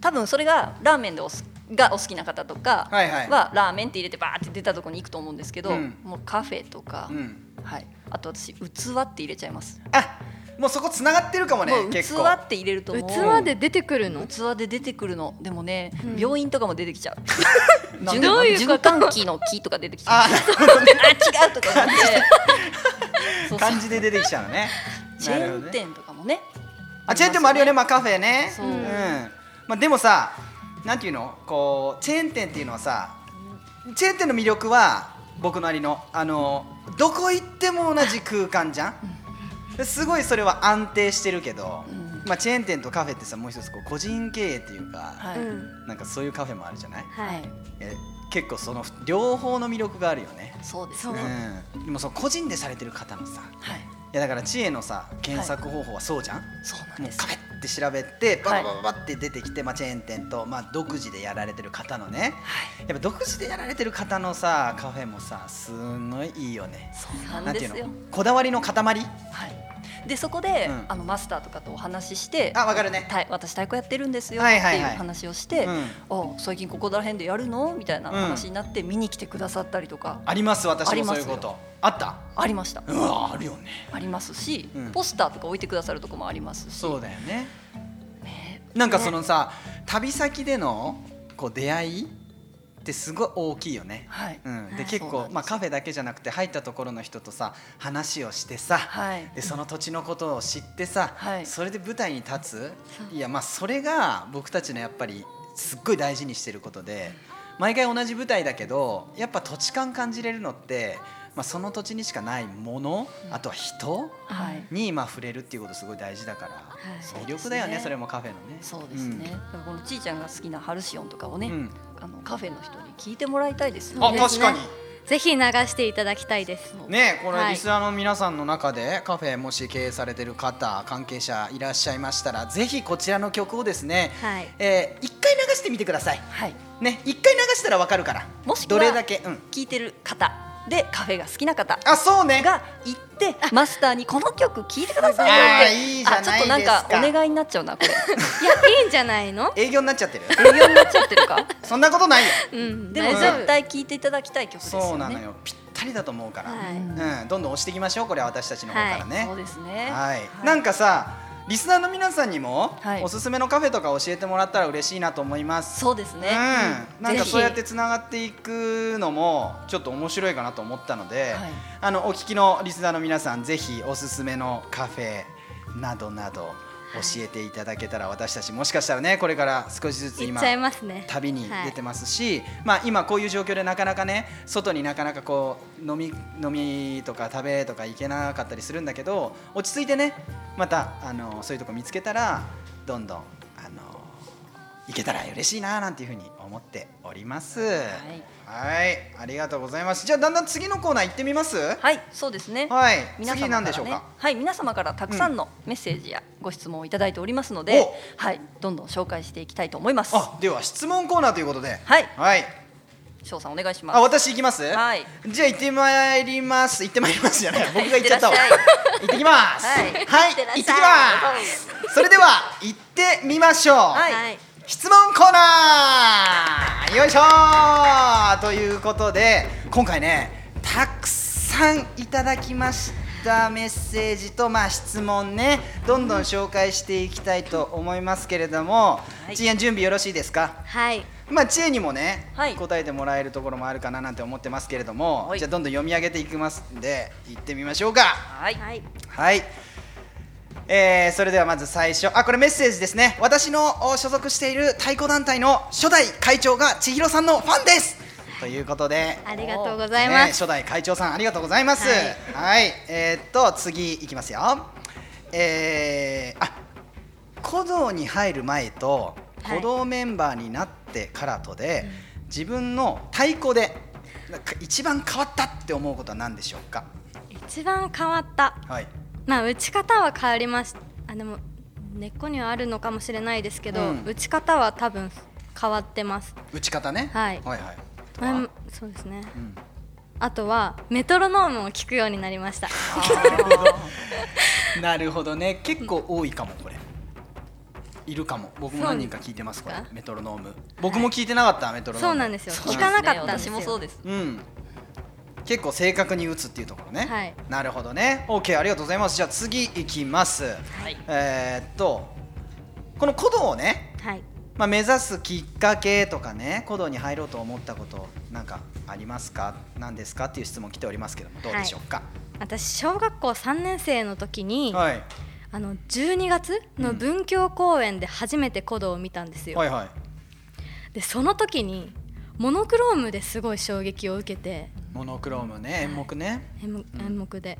[SPEAKER 2] 多分それがラーメンでおすがお好きな方とかは、
[SPEAKER 1] はいはい
[SPEAKER 2] ラーメンって入れてバーって出たところに行くと思うんですけど、
[SPEAKER 1] うん
[SPEAKER 2] もうカフェとか、
[SPEAKER 1] うん、
[SPEAKER 2] はい、あと私器って入れちゃいます。
[SPEAKER 1] あもうそこつながってるかもね
[SPEAKER 2] もう器
[SPEAKER 1] 結構
[SPEAKER 2] って入れるともう
[SPEAKER 3] 器で出てくるの
[SPEAKER 2] 器で出てくるのでもね、
[SPEAKER 3] うん
[SPEAKER 2] 病院とかも出てき ちゃう
[SPEAKER 3] でどういうこと
[SPEAKER 2] 循環器の木とか出てきちゃう
[SPEAKER 1] あ
[SPEAKER 2] あ
[SPEAKER 1] ー
[SPEAKER 2] 違うとか言ってそうそう
[SPEAKER 1] 感じで出てきちゃうのね。
[SPEAKER 2] チェ
[SPEAKER 1] なるほど
[SPEAKER 2] ーン
[SPEAKER 1] ね。
[SPEAKER 2] 店とかもね
[SPEAKER 1] あ、チェーン店もあるよね、まあカフェね。
[SPEAKER 2] そう
[SPEAKER 1] うん。まあでもさ、なんていうの、こうチェーン店っていうのはさ、チェーン店の魅力は僕なりのあのどこ行っても同じ空間じゃん。ですごいそれは安定してるけど、
[SPEAKER 2] うん
[SPEAKER 1] まあチェーン店とカフェってさもう一つこう個人経営っていうか、
[SPEAKER 2] はい、
[SPEAKER 3] うん
[SPEAKER 1] なんかそういうカフェもあるじゃない。
[SPEAKER 3] は
[SPEAKER 2] はい
[SPEAKER 3] い
[SPEAKER 1] え結構その両方の魅力があるよね。
[SPEAKER 2] そうです
[SPEAKER 3] そう
[SPEAKER 2] ね、
[SPEAKER 1] うん。でもその個人でされてる方のさ、
[SPEAKER 2] はい
[SPEAKER 1] いやだから知恵のさ検索方法はそうじゃん。
[SPEAKER 2] そうなん
[SPEAKER 1] もう
[SPEAKER 2] です
[SPEAKER 1] カフェって調べてバ
[SPEAKER 2] は
[SPEAKER 1] バ
[SPEAKER 2] い
[SPEAKER 1] バババって出てきて、まあ、チェーン店と、まあ、独自でやられてる方のね
[SPEAKER 2] はい
[SPEAKER 1] やっぱ独自でやられてる方のさカフェもさすごいいいよね
[SPEAKER 2] そうなんですよ
[SPEAKER 1] のこだわりの塊
[SPEAKER 2] はい、でそこで、
[SPEAKER 1] うん
[SPEAKER 2] あのマスターとかとお話しして
[SPEAKER 1] あわかるね
[SPEAKER 2] たい私太鼓やってるんですよっ
[SPEAKER 1] は
[SPEAKER 2] て
[SPEAKER 1] い
[SPEAKER 2] い
[SPEAKER 1] はいうはい
[SPEAKER 2] 話をして、
[SPEAKER 1] うん
[SPEAKER 2] あ最近ここら辺でやるのみたいな
[SPEAKER 1] うん
[SPEAKER 2] 話になって見に来てくださったりとか
[SPEAKER 1] あります私
[SPEAKER 2] あり
[SPEAKER 1] もそ
[SPEAKER 2] ま
[SPEAKER 1] う
[SPEAKER 2] す
[SPEAKER 1] いう
[SPEAKER 2] よ
[SPEAKER 1] ことあった
[SPEAKER 2] ありました、
[SPEAKER 1] うわあるよね
[SPEAKER 2] ありますし、
[SPEAKER 1] うん
[SPEAKER 2] ポスターとか置いてくださるとこもありますし
[SPEAKER 1] そうだよねなんかそのさ、旅先でのこう出会いってすごい大きいよね
[SPEAKER 2] はい、
[SPEAKER 1] うん、
[SPEAKER 3] は
[SPEAKER 1] で
[SPEAKER 3] い
[SPEAKER 1] 結
[SPEAKER 2] そうなん
[SPEAKER 1] 構
[SPEAKER 2] ですよ
[SPEAKER 1] まあ、カフェだけじゃなくて入ったところの人とさ話をしてさ、
[SPEAKER 2] はい
[SPEAKER 1] でその土地のことを知ってさ、
[SPEAKER 2] はい
[SPEAKER 1] それで舞台に立ついやまあそれが僕たちのやっぱりすっごい大事にしてることで毎回同じ舞台だけどやっぱ土地感感じれるのって、まあ、その土地にしかないもの、あとは人
[SPEAKER 2] はい
[SPEAKER 1] にまあ触れるっていうことすごい大事だから
[SPEAKER 3] はい
[SPEAKER 2] そうですね
[SPEAKER 1] 魅力だよねそれもカフェのね。
[SPEAKER 2] そうですね、だからこのちいちゃんが好きなハルシオンとかをね、
[SPEAKER 1] うんうん
[SPEAKER 2] あのカフェの人に聞いてもらいたいですよ
[SPEAKER 1] あ
[SPEAKER 2] ね。
[SPEAKER 1] 確かに
[SPEAKER 3] ぜひ流していただきたいです
[SPEAKER 2] そう
[SPEAKER 1] ねえこれ
[SPEAKER 3] はい
[SPEAKER 1] リスナーの皆さんの中でカフェもし経営されてる方関係者いらっしゃいましたらぜひこちらの曲をですね、
[SPEAKER 3] はい
[SPEAKER 1] えー一回流してみてください
[SPEAKER 2] はい、
[SPEAKER 1] ね一回流したらわかるから
[SPEAKER 2] もしく
[SPEAKER 1] ど
[SPEAKER 2] は
[SPEAKER 1] れだけうん
[SPEAKER 2] 聞いてる方でカフェが好きな方
[SPEAKER 1] あそうね
[SPEAKER 2] が行ってマスターにこの曲聴いてくださいよ
[SPEAKER 1] あ
[SPEAKER 2] っ
[SPEAKER 1] ー
[SPEAKER 2] て
[SPEAKER 1] いいじゃないですか
[SPEAKER 2] あちょっとなんかお願いになっちゃうな これ
[SPEAKER 3] いやいいんじゃないの
[SPEAKER 1] 営業になっちゃってる
[SPEAKER 2] 営業になっちゃってるか
[SPEAKER 1] そんなことないよ
[SPEAKER 3] うん
[SPEAKER 2] でも
[SPEAKER 3] 大丈
[SPEAKER 2] 絶
[SPEAKER 3] 夫
[SPEAKER 2] 対聴いていただきたい曲ですよね
[SPEAKER 1] そうなのよぴったりだと思うから、
[SPEAKER 3] はい
[SPEAKER 1] うん、どんどん押していきましょうこれは私たちの方からね、
[SPEAKER 2] そうですね
[SPEAKER 1] はい、なんかさリスナーの皆さんにも、
[SPEAKER 2] はい
[SPEAKER 1] おすすめのカフェとか教えてもらったら嬉しいなと思います
[SPEAKER 2] そうですね、
[SPEAKER 1] うん、なんか
[SPEAKER 2] ぜひ
[SPEAKER 1] そうやってつながっていくのもちょっと面白いかなと思ったので、
[SPEAKER 2] はい
[SPEAKER 1] あのお聞きのリスナーの皆さんぜひおすすめのカフェなどなど教えていただけたら私たちもしかしたらねこれから少しずつ
[SPEAKER 3] 行っ
[SPEAKER 1] 今
[SPEAKER 3] ちゃいますね
[SPEAKER 1] 旅に出てますし、まあ、今こういう状況でなかなかね外になかなかこう飲み飲みとか食べとか行けなかったりするんだけど落ち着いてねまたあのそういうとこ見つけたらどんどんあのいけたら嬉しいななんていうふうに思っております。はい
[SPEAKER 2] い、
[SPEAKER 1] ありがとうございます。じゃあだんだん次のコーナー行ってみます。は
[SPEAKER 2] はい、そうですね。
[SPEAKER 1] い、
[SPEAKER 2] 皆様
[SPEAKER 1] 次
[SPEAKER 2] か
[SPEAKER 1] な
[SPEAKER 2] ら
[SPEAKER 1] ん
[SPEAKER 2] ね
[SPEAKER 1] でしょうか。
[SPEAKER 2] はい、皆様からたくさんのメッセージやご質問をいただいておりますので
[SPEAKER 1] お、
[SPEAKER 2] はい、どんどん紹介していきたいと思います。
[SPEAKER 1] あ、では質問コーナーということで。
[SPEAKER 2] はい
[SPEAKER 1] はい。
[SPEAKER 2] 翔さんお願いします
[SPEAKER 1] あ、。私行きます。
[SPEAKER 2] はい。
[SPEAKER 1] じゃあ行ってまいります。行ってまいりますじ ゃない。僕が行っちゃったわ。
[SPEAKER 2] 行ってらっし
[SPEAKER 1] 行ってきます。
[SPEAKER 2] はい
[SPEAKER 1] はい、行
[SPEAKER 3] 行
[SPEAKER 1] っ
[SPEAKER 3] ってて
[SPEAKER 1] き
[SPEAKER 3] らっし
[SPEAKER 1] ま
[SPEAKER 3] ゃい
[SPEAKER 1] す。それでは行ってみましょう。
[SPEAKER 2] は
[SPEAKER 3] はいい、
[SPEAKER 1] 質問コーナーよいしょーということで今回ねたくさんいただきましたメッセージとまあ質問ねどんどん紹介していきたいと思いますけれども、
[SPEAKER 2] はい
[SPEAKER 1] 知恵準備よろしいですか
[SPEAKER 3] はい
[SPEAKER 1] まあ知恵にもね、
[SPEAKER 2] はい
[SPEAKER 1] 答えてもらえるところもあるかななんて思ってますけれども、
[SPEAKER 2] はい
[SPEAKER 1] じゃあどんどん読み上げていきますんで行ってみましょうか
[SPEAKER 2] はい、
[SPEAKER 3] はい
[SPEAKER 1] はい。えーそれではまず最初あこれメッセージですね私のお所属している太鼓団体の初代会長が千尋さんのファンですということで
[SPEAKER 3] ありがとうござい
[SPEAKER 1] ね
[SPEAKER 3] ます、
[SPEAKER 1] 初代会長さんありがとうございますはい、えーっと次いきますよえー、あ鼓道に入る前と
[SPEAKER 3] はい
[SPEAKER 1] 鼓道メンバーになってからとで、自分の太鼓でなんか一番変わったって思うことは何でしょうか
[SPEAKER 3] 一番変わった
[SPEAKER 1] はい
[SPEAKER 3] まあ打ち方は変わりましたあでも根っこにはあるのかもしれないですけど、
[SPEAKER 1] うん
[SPEAKER 3] 打ち方は多分変わってます、
[SPEAKER 1] 打ち方ね、
[SPEAKER 3] はい
[SPEAKER 1] はいはいとは
[SPEAKER 3] まあ、そうですね
[SPEAKER 1] うん
[SPEAKER 3] あとはメトロノームを聞くようになりました
[SPEAKER 1] なるほどね結構多いかもこれいるかも僕も
[SPEAKER 3] そう
[SPEAKER 1] 何人か聞いてますこれ
[SPEAKER 3] ですか
[SPEAKER 1] メトロノーム僕も聞いてなかった、メトロノーム
[SPEAKER 3] そうなんですよ
[SPEAKER 2] そ う
[SPEAKER 3] 聞かなかったんです
[SPEAKER 2] ね
[SPEAKER 3] よ
[SPEAKER 2] 私もそうです。
[SPEAKER 1] うん結構正確に打つっていうところね、
[SPEAKER 3] はい
[SPEAKER 1] なるほどね OK ありがとうございますじゃあ次いきます、
[SPEAKER 2] はい、
[SPEAKER 1] えーっとこの鼓動をね、
[SPEAKER 3] はい
[SPEAKER 1] まあ、目指すきっかけとかね鼓動に入ろうと思ったことなんかありますか何ですかっていう質問来ておりますけどもどうでしょうか
[SPEAKER 3] 私小学校3年生の時に、
[SPEAKER 1] はい、はい
[SPEAKER 3] あの12月の文教公演で初めて古道を見たんですよ、
[SPEAKER 1] はい
[SPEAKER 3] でその時にモノクロームですごい衝撃を受けて
[SPEAKER 1] モノクロームね演目ね
[SPEAKER 3] 演目演目で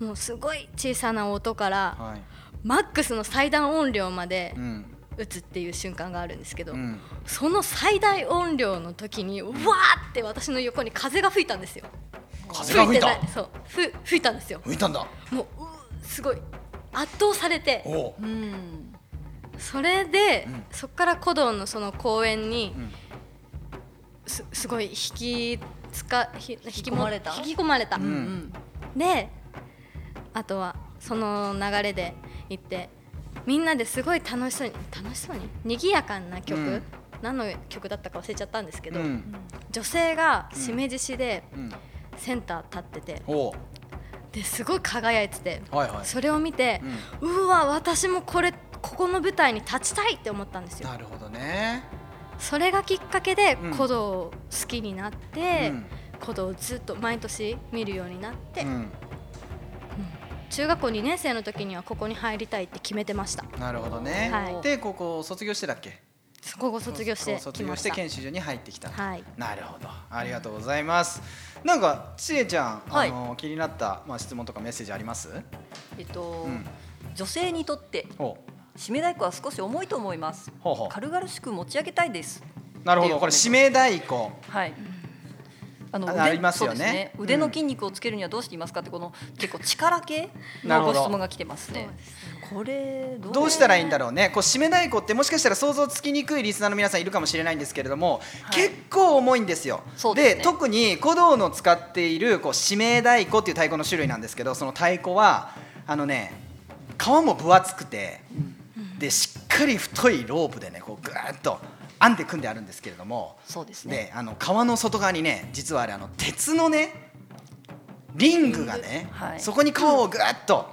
[SPEAKER 3] もうすごい小さな音から、
[SPEAKER 1] はい、
[SPEAKER 3] マックスの最大音量まで
[SPEAKER 1] うん
[SPEAKER 3] 打つっていう瞬間があるんですけど、
[SPEAKER 1] うん、
[SPEAKER 3] その最大音量の時にうわーって私の横に風が吹いたんですよ
[SPEAKER 1] 風が吹いた
[SPEAKER 3] てないそうふ吹いたんですよ
[SPEAKER 1] 吹いたんだ
[SPEAKER 3] もううーすごい圧倒されて
[SPEAKER 1] おお、
[SPEAKER 2] うん、
[SPEAKER 3] それで、
[SPEAKER 1] うん
[SPEAKER 3] そこから古道のその公園に
[SPEAKER 1] うん
[SPEAKER 3] すすごい引きつかひ引
[SPEAKER 2] き込まれた
[SPEAKER 3] 引き込まれた、
[SPEAKER 1] うん
[SPEAKER 2] うん、
[SPEAKER 3] であとはその流れで行ってみんなですごい楽しそうに楽しそうに賑やかな曲、
[SPEAKER 1] うん
[SPEAKER 3] 何の曲だったか忘れちゃったんですけど、
[SPEAKER 1] うん
[SPEAKER 3] 女性がしめじしで
[SPEAKER 1] うん、
[SPEAKER 3] センター立ってて
[SPEAKER 1] おお
[SPEAKER 3] ですごい輝いてて
[SPEAKER 1] はいはい
[SPEAKER 3] それを見て、うわ私もこれここの舞台に立ちたいって思ったんですよ
[SPEAKER 1] なるほどね、
[SPEAKER 3] それがきっかけで
[SPEAKER 1] うん
[SPEAKER 3] 古道を好きになって、
[SPEAKER 1] うん
[SPEAKER 3] 古道をずっと毎年見るようになって、
[SPEAKER 1] うん、
[SPEAKER 3] 中学校2年生の時にはここに入りたいって決めてました
[SPEAKER 1] なるほどね、
[SPEAKER 3] はい
[SPEAKER 1] でここを卒業してだっけ
[SPEAKER 3] そこを卒業して
[SPEAKER 1] ここを卒
[SPEAKER 3] き
[SPEAKER 1] 業
[SPEAKER 3] ま
[SPEAKER 1] し
[SPEAKER 3] してた
[SPEAKER 1] 研修所に入ってきた、
[SPEAKER 3] はい
[SPEAKER 1] なるほどありがとうございますなんかちえちゃん、
[SPEAKER 2] はい
[SPEAKER 1] あの気になった、まあ、質問とかメッセージあります
[SPEAKER 2] えっと、
[SPEAKER 1] うん
[SPEAKER 2] 女性にとって
[SPEAKER 1] おう
[SPEAKER 2] 締め太鼓は少し重いと思います。
[SPEAKER 1] ほうほう
[SPEAKER 2] 軽々しく持ち上げたいです。
[SPEAKER 1] なるほ
[SPEAKER 2] ってい
[SPEAKER 1] ど
[SPEAKER 2] う
[SPEAKER 1] これ指名代行
[SPEAKER 2] はい。あの
[SPEAKER 1] あ
[SPEAKER 2] 腕
[SPEAKER 1] ありますよね
[SPEAKER 2] そうで
[SPEAKER 1] うん
[SPEAKER 2] 腕の筋肉をつけるにはどうしていますかってこの結構力系
[SPEAKER 1] なる
[SPEAKER 2] の
[SPEAKER 1] ほ
[SPEAKER 2] ご
[SPEAKER 1] ど
[SPEAKER 2] 質問が来てますね。これどう
[SPEAKER 1] どうしたらいいんだろうねこう締め太鼓ってもしかしたら想像つきにくいリスナーの皆さんいるかもしれないんですけれども、
[SPEAKER 2] はい
[SPEAKER 1] 結構重いんですよ
[SPEAKER 2] そうですね
[SPEAKER 1] 特に鼓動の使っているこう締め太鼓っていう太鼓の種類なんですけどその太鼓はあのね皮も分厚くてでしっかり太いロープでねこうぐーっと編んで組んであるんですけれども
[SPEAKER 2] そうですね。
[SPEAKER 1] であの皮の外側にね実はあれあの鉄のねリングがね、
[SPEAKER 2] はい
[SPEAKER 1] そこに皮をぐーっと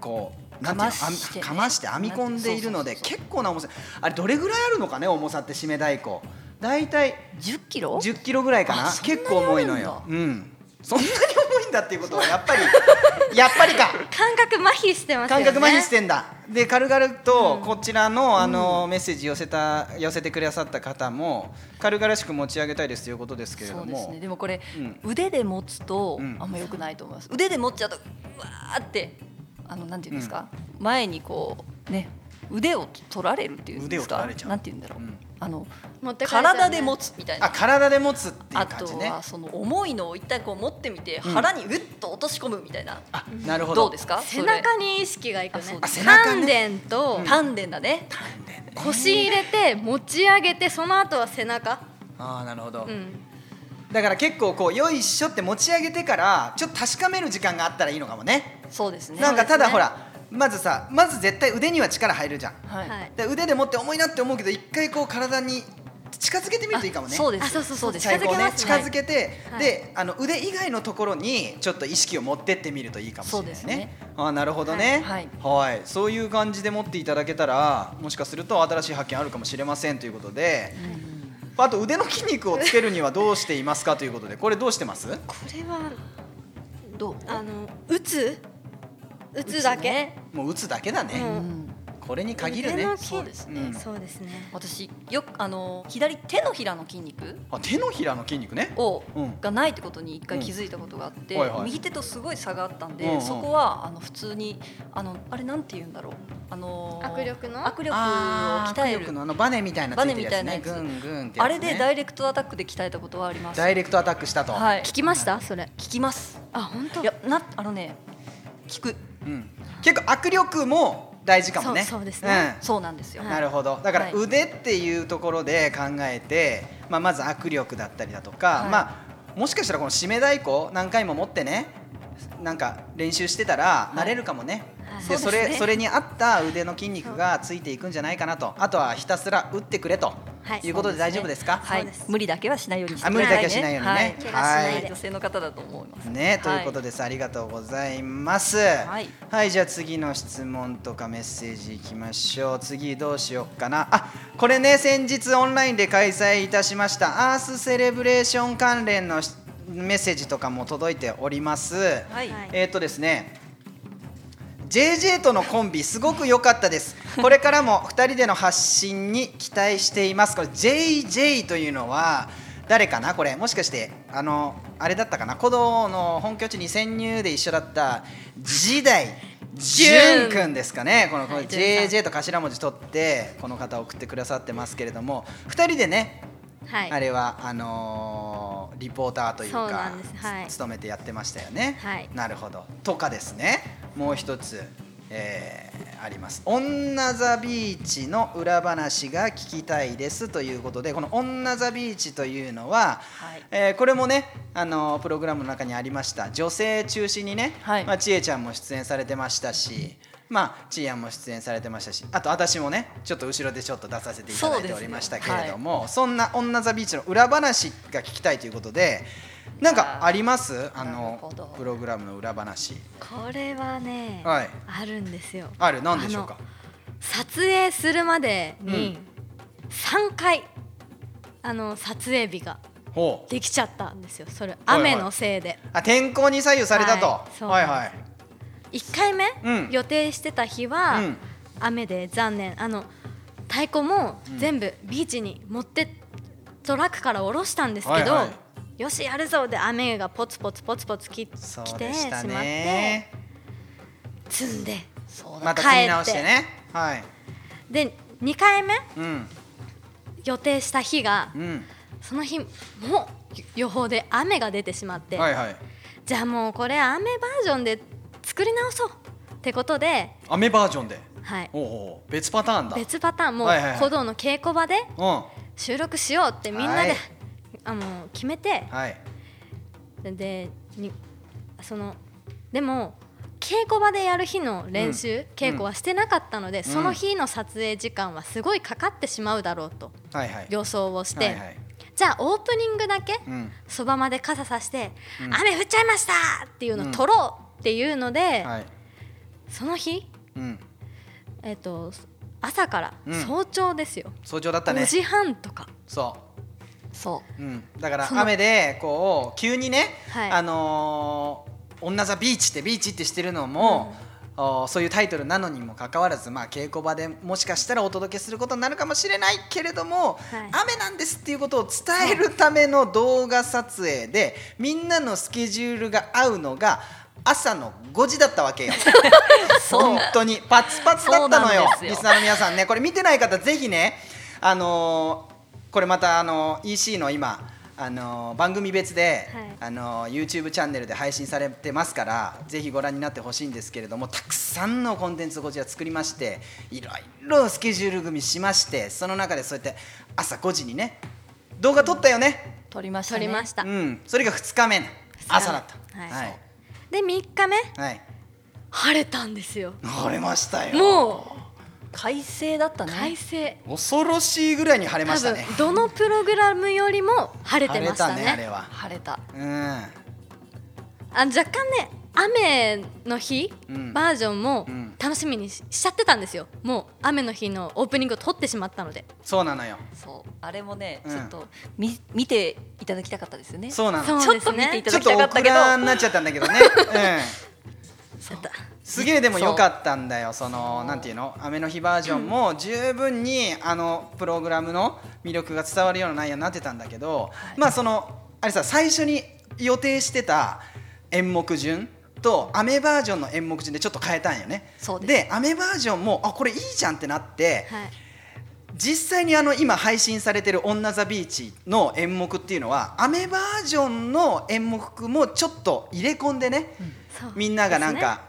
[SPEAKER 1] こうなんていうの
[SPEAKER 2] かまして
[SPEAKER 1] あん
[SPEAKER 2] ね
[SPEAKER 1] かまして編み込んでいるので
[SPEAKER 2] そうそうそうそう
[SPEAKER 1] 結構な重さあれどれぐらいあるのかね重さって締め太鼓大体
[SPEAKER 2] 10キロ？
[SPEAKER 1] 1 0キロぐらいかな
[SPEAKER 2] あそんなに
[SPEAKER 1] 結構重いのよ
[SPEAKER 2] あ、
[SPEAKER 1] うん、そんなに重いんだっていうことはやっぱりやっぱりか
[SPEAKER 3] 感覚麻痺してますよ
[SPEAKER 1] 感
[SPEAKER 3] ね
[SPEAKER 1] 覚麻痺してんだで軽々とこちらのあのメッセージ寄せた寄せてくださった方も軽々しく持ち上げたいですということですけれ
[SPEAKER 2] そ
[SPEAKER 1] ど
[SPEAKER 2] うです
[SPEAKER 1] も
[SPEAKER 2] ね。でもこれ、
[SPEAKER 1] うん
[SPEAKER 2] 腕で持つと
[SPEAKER 1] うん
[SPEAKER 2] あんま良くないと思います。腕で持っちゃうとうわーってあのなんていうんですか、前にこうね腕を取られるっていうん
[SPEAKER 1] 腕
[SPEAKER 2] で
[SPEAKER 1] を
[SPEAKER 2] す
[SPEAKER 1] 取ら
[SPEAKER 2] か
[SPEAKER 1] れちゃう
[SPEAKER 2] なんて言うんだろう、
[SPEAKER 1] うん
[SPEAKER 2] あの
[SPEAKER 3] 持って帰れちゃうね
[SPEAKER 2] 体で持つみたいな
[SPEAKER 1] あ体で持つってい
[SPEAKER 2] あ
[SPEAKER 1] う感
[SPEAKER 2] と
[SPEAKER 1] じね
[SPEAKER 2] はその重いのを一体こう持ってみて
[SPEAKER 1] うん
[SPEAKER 2] 腹にうっと落とし込むみたいな、
[SPEAKER 1] あなるほど
[SPEAKER 2] どうですか
[SPEAKER 3] 背
[SPEAKER 2] それ
[SPEAKER 3] 中に意識がいくね
[SPEAKER 2] あそう
[SPEAKER 1] だあ背中ね
[SPEAKER 3] 丹田と
[SPEAKER 2] 丹田だね
[SPEAKER 3] 腰入れて持ち上げてその後は背中
[SPEAKER 1] ああなるほど、
[SPEAKER 3] うん
[SPEAKER 1] だから結構こうよいしょって持ち上げてからちょっと確かめる時間があったらいいのかもね
[SPEAKER 2] そうですね
[SPEAKER 1] なんかただ
[SPEAKER 3] そう
[SPEAKER 1] ほ
[SPEAKER 3] です
[SPEAKER 1] ら、まずさまず絶対腕には力入るじゃん
[SPEAKER 2] はい、
[SPEAKER 3] はい
[SPEAKER 1] で腕で持って重いなって思うけど一回こう体に近づけてみるといいかもね
[SPEAKER 2] そうです
[SPEAKER 3] あそうそうそう
[SPEAKER 2] です
[SPEAKER 1] 最後ね近
[SPEAKER 3] 近
[SPEAKER 1] づ
[SPEAKER 3] づ
[SPEAKER 1] けて、
[SPEAKER 3] はい
[SPEAKER 1] であの腕以外のところにちょっと意識を持ってってみるといいかもしれないね
[SPEAKER 2] そうですね
[SPEAKER 1] あなるほどね
[SPEAKER 2] はい
[SPEAKER 1] はいそういう感じで持っていただけたらもしかすると新しい発見あるかもしれませんということで、あと腕の筋肉をつけるにはどうしていますかということでこれどうしてます
[SPEAKER 3] これは
[SPEAKER 2] どう
[SPEAKER 3] あの打つ打つだけ
[SPEAKER 1] もう打つだけだね、
[SPEAKER 3] うん
[SPEAKER 1] これに限るね
[SPEAKER 3] 腕の筋
[SPEAKER 2] そうですね
[SPEAKER 1] うん
[SPEAKER 3] そうですね
[SPEAKER 2] 私よくあの左手のひらの筋肉
[SPEAKER 1] あ手のひらの筋肉ね
[SPEAKER 2] を、
[SPEAKER 1] うん
[SPEAKER 2] がないってことに一回気づいたことがあって、
[SPEAKER 1] うんはいはい
[SPEAKER 2] 右手とすごい差があったんで、
[SPEAKER 1] うんうん
[SPEAKER 2] そこはあの普通にあのあれなんて言うんだろうあのー
[SPEAKER 3] 握力の
[SPEAKER 2] 握力を
[SPEAKER 1] あー
[SPEAKER 2] 鍛え
[SPEAKER 1] 握力
[SPEAKER 2] る
[SPEAKER 1] のあのバネみたいなついてるやつね
[SPEAKER 2] バネみたいなや
[SPEAKER 1] グングンってや
[SPEAKER 2] あ
[SPEAKER 1] つね
[SPEAKER 2] れでダイレクトアタックで鍛えたことはあります。
[SPEAKER 1] ダイレクトアタックしたと、
[SPEAKER 2] はい、
[SPEAKER 3] 聞きましたそれ
[SPEAKER 2] 聞きます。
[SPEAKER 3] あ本当
[SPEAKER 2] いやなあのね聞く
[SPEAKER 1] うん、結構握力も大事かもね
[SPEAKER 3] そうそうですね
[SPEAKER 2] そうなんですよ。
[SPEAKER 1] うんなるほどだから
[SPEAKER 2] はい
[SPEAKER 1] 腕っていうところで考えて、まあ、まず握力だったりだとか、
[SPEAKER 2] はい
[SPEAKER 1] まあ、もしかしたらこの締め太鼓何回も持ってねなんか練習してたら
[SPEAKER 2] い
[SPEAKER 1] 慣れるかもね、
[SPEAKER 3] はい
[SPEAKER 1] で
[SPEAKER 2] そ
[SPEAKER 1] そう
[SPEAKER 2] ですね
[SPEAKER 1] れそれに合った腕の筋肉がついていくんじゃないかなとあとはひたすら打ってくれと、
[SPEAKER 3] はい
[SPEAKER 1] い、うことで大丈夫ですか、
[SPEAKER 2] は
[SPEAKER 3] そう
[SPEAKER 2] い
[SPEAKER 3] です、
[SPEAKER 2] 無理だけはしないようにして
[SPEAKER 1] あ無理だけはしないようにね
[SPEAKER 2] はい
[SPEAKER 3] 怪我しない
[SPEAKER 2] はい女性の方だと思います。
[SPEAKER 1] ね、ということで
[SPEAKER 2] で、、
[SPEAKER 1] す、ありがとうございます。はいじゃあ次の質問とかメッセージいきましょう。次どうしようかな。あ、これね、先日オンラインで開催いたしましたアースセレブレーション関連のしメッセージとかも届いております。
[SPEAKER 2] はい
[SPEAKER 3] はい
[SPEAKER 1] えーっとですね。JJ とのコンビすごく良かった ですこれからも2人での発信に期待していますこれ JJ というのは誰かなこれもしかしてあのあれだったかな古道の本拠地に潜入で一緒だった時代淳くんですかねこのこの
[SPEAKER 2] はい淳さん
[SPEAKER 1] JJ と頭文字取ってこの方送ってくださってますけれども2人でね
[SPEAKER 3] はい
[SPEAKER 1] あれはあのーリポーターというか
[SPEAKER 3] そうなんですはい
[SPEAKER 1] つ勤めてやってましたよね。
[SPEAKER 3] はい
[SPEAKER 1] なるほどとかですねもう一つ、えーあります「女ザビーチの裏話が聞きたいです」ということでこの「女ザビーチ」というのは、
[SPEAKER 2] はい
[SPEAKER 1] えーこれもねあのプログラムの中にありました女性中心にね、
[SPEAKER 2] はい
[SPEAKER 1] まあ、ちえちゃんも出演されてましたし。まあ、ちえやんも出演されてましたしあと私もねちょっと後ろでちょっと出させていただいておりましたけれども、そんな「女ザビーチ」の裏話が聞きたいということでなんかありますあ
[SPEAKER 2] なる
[SPEAKER 1] の
[SPEAKER 2] ほど
[SPEAKER 1] プログラムの裏話
[SPEAKER 3] これはね、
[SPEAKER 1] はい
[SPEAKER 3] あるんですよ
[SPEAKER 1] あるなんでしょうか
[SPEAKER 3] あの撮影するまでに3回、あの撮影日が
[SPEAKER 1] ほう
[SPEAKER 3] できちゃったんですよそれ
[SPEAKER 1] はいはい
[SPEAKER 3] 雨のせいで、
[SPEAKER 1] あ天候に左右されたと、
[SPEAKER 3] はいそう
[SPEAKER 1] はいはい
[SPEAKER 3] 1回目、
[SPEAKER 1] うん
[SPEAKER 3] 予定してた日は、
[SPEAKER 1] うん
[SPEAKER 3] 雨で残念あの太鼓も全部ビーチに持ってトラックから下ろしたんですけど、
[SPEAKER 1] はいは
[SPEAKER 3] よしやるぞで雨がポツポツポツポツき
[SPEAKER 1] そ
[SPEAKER 3] 来
[SPEAKER 1] う
[SPEAKER 3] て
[SPEAKER 1] で
[SPEAKER 3] し
[SPEAKER 1] し
[SPEAKER 3] まったて
[SPEAKER 1] ね
[SPEAKER 3] 積んで
[SPEAKER 2] そうだ
[SPEAKER 1] また組み直してねはい
[SPEAKER 3] で2回目
[SPEAKER 1] うん
[SPEAKER 3] 予定した日が
[SPEAKER 1] うん
[SPEAKER 3] その日も予報で雨が出てしまって、
[SPEAKER 1] はいはい
[SPEAKER 3] じゃあもうこれ雨バージョンで作り直そうってことで、
[SPEAKER 1] 雨バージョンで
[SPEAKER 3] はい、
[SPEAKER 1] おうおう別パターンだ
[SPEAKER 3] 別パターンもう
[SPEAKER 1] はいはいはい
[SPEAKER 3] 鼓動の稽古場で
[SPEAKER 1] うんは
[SPEAKER 3] 収録しようってみんなで、
[SPEAKER 1] はい
[SPEAKER 3] あの決めて
[SPEAKER 1] い
[SPEAKER 3] でにそのでも稽古場でやる日の練習、稽古はしてなかったので、その日の撮影時間はすごいかかってしまうだろうと
[SPEAKER 1] はいはい
[SPEAKER 3] 予想をして、
[SPEAKER 1] はいはい
[SPEAKER 3] じゃあオープニングだけ、
[SPEAKER 1] うん
[SPEAKER 3] そばまで傘さして、
[SPEAKER 1] うん
[SPEAKER 3] 雨降っちゃいましたっていうのを撮ろうっていうので、
[SPEAKER 1] はい
[SPEAKER 3] その日、
[SPEAKER 1] うん
[SPEAKER 3] えっと朝から
[SPEAKER 1] うん
[SPEAKER 3] 早朝ですよ、
[SPEAKER 1] 早朝だった
[SPEAKER 3] 5
[SPEAKER 1] ね
[SPEAKER 3] 時半とか
[SPEAKER 1] そ、
[SPEAKER 2] そう
[SPEAKER 1] うん、だから
[SPEAKER 3] その
[SPEAKER 1] 雨でこう急にね、
[SPEAKER 3] はい
[SPEAKER 1] あのー女座ビーチってビーチってしてるのも、おそういうタイトルなのにもかかわらず、まあ、稽古場でもしかしたらお届けすることになるかもしれないけれども、
[SPEAKER 3] はい
[SPEAKER 1] 雨なんですっていうことを伝えるための動画撮影でみんなのスケジュールが合うのが朝の5時だったわけよ
[SPEAKER 2] そう
[SPEAKER 1] 本当にパツパツだったのよ
[SPEAKER 2] そうなんですよ
[SPEAKER 1] リスナーの皆さんねこれ見てない方ぜひねあのーこれまたあのー EC の今あのー番組別で、
[SPEAKER 3] はい
[SPEAKER 1] あのー YouTube チャンネルで配信されてますからぜひご覧になってほしいんですけれどもたくさんのコンテンツをこちら作りましていろいろスケジュール組みしましてその中でそうやって朝5時にね動画撮ったよね、
[SPEAKER 2] 撮りました
[SPEAKER 3] 撮
[SPEAKER 2] ね
[SPEAKER 3] りました、
[SPEAKER 1] うん、それが2日目の朝だった
[SPEAKER 3] はい
[SPEAKER 1] はい
[SPEAKER 3] で3日目
[SPEAKER 1] はい、
[SPEAKER 3] 晴れたんですよ
[SPEAKER 1] 晴れましたよ
[SPEAKER 3] も
[SPEAKER 2] 快晴だった
[SPEAKER 3] う
[SPEAKER 2] ね
[SPEAKER 3] 快晴
[SPEAKER 1] 恐ろしいぐらいに晴れま
[SPEAKER 3] 多
[SPEAKER 1] した
[SPEAKER 3] 分
[SPEAKER 1] ね
[SPEAKER 3] どのプログラムよりも晴れてましたね
[SPEAKER 1] あれは
[SPEAKER 2] 晴れた
[SPEAKER 1] う
[SPEAKER 3] あ若干ね雨の日、
[SPEAKER 1] うん
[SPEAKER 3] バージョンも
[SPEAKER 1] うん
[SPEAKER 3] 楽しみにししちゃってたんですよもう雨の日のオープニングを撮ってしまったので
[SPEAKER 1] んそうなのよ
[SPEAKER 2] そうあれもね
[SPEAKER 1] うん
[SPEAKER 2] ちょっとみ、見ていただきたかったですよね
[SPEAKER 1] そうなの
[SPEAKER 3] そう
[SPEAKER 2] ちょっ
[SPEAKER 3] です
[SPEAKER 2] と見
[SPEAKER 3] ね
[SPEAKER 2] ていた
[SPEAKER 1] ちょ
[SPEAKER 2] だ
[SPEAKER 1] っ
[SPEAKER 2] きた
[SPEAKER 1] と
[SPEAKER 2] か
[SPEAKER 1] オ
[SPEAKER 2] った
[SPEAKER 1] ク
[SPEAKER 2] けど
[SPEAKER 1] ラになっちゃったんだけ どね、うん、
[SPEAKER 3] ちょっと
[SPEAKER 1] すげえでも良かったんだよそのなんていうの雨の日バージョンも十分にあのプログラムの魅力が伝わるような内容になってたんだけど、まあそのあれさ最初に予定してた演目順と雨バージョンの演目順でちょっと変えたんよね
[SPEAKER 2] そうです
[SPEAKER 1] で雨バージョンもあこれいいじゃんってなって、
[SPEAKER 3] はい
[SPEAKER 1] 実際にあの今配信されてる「女ザビーチ」の演目っていうのはアメバージョンの演目もちょっと入れ込んでね、
[SPEAKER 3] そう
[SPEAKER 1] みんながなん
[SPEAKER 3] ですね
[SPEAKER 1] か、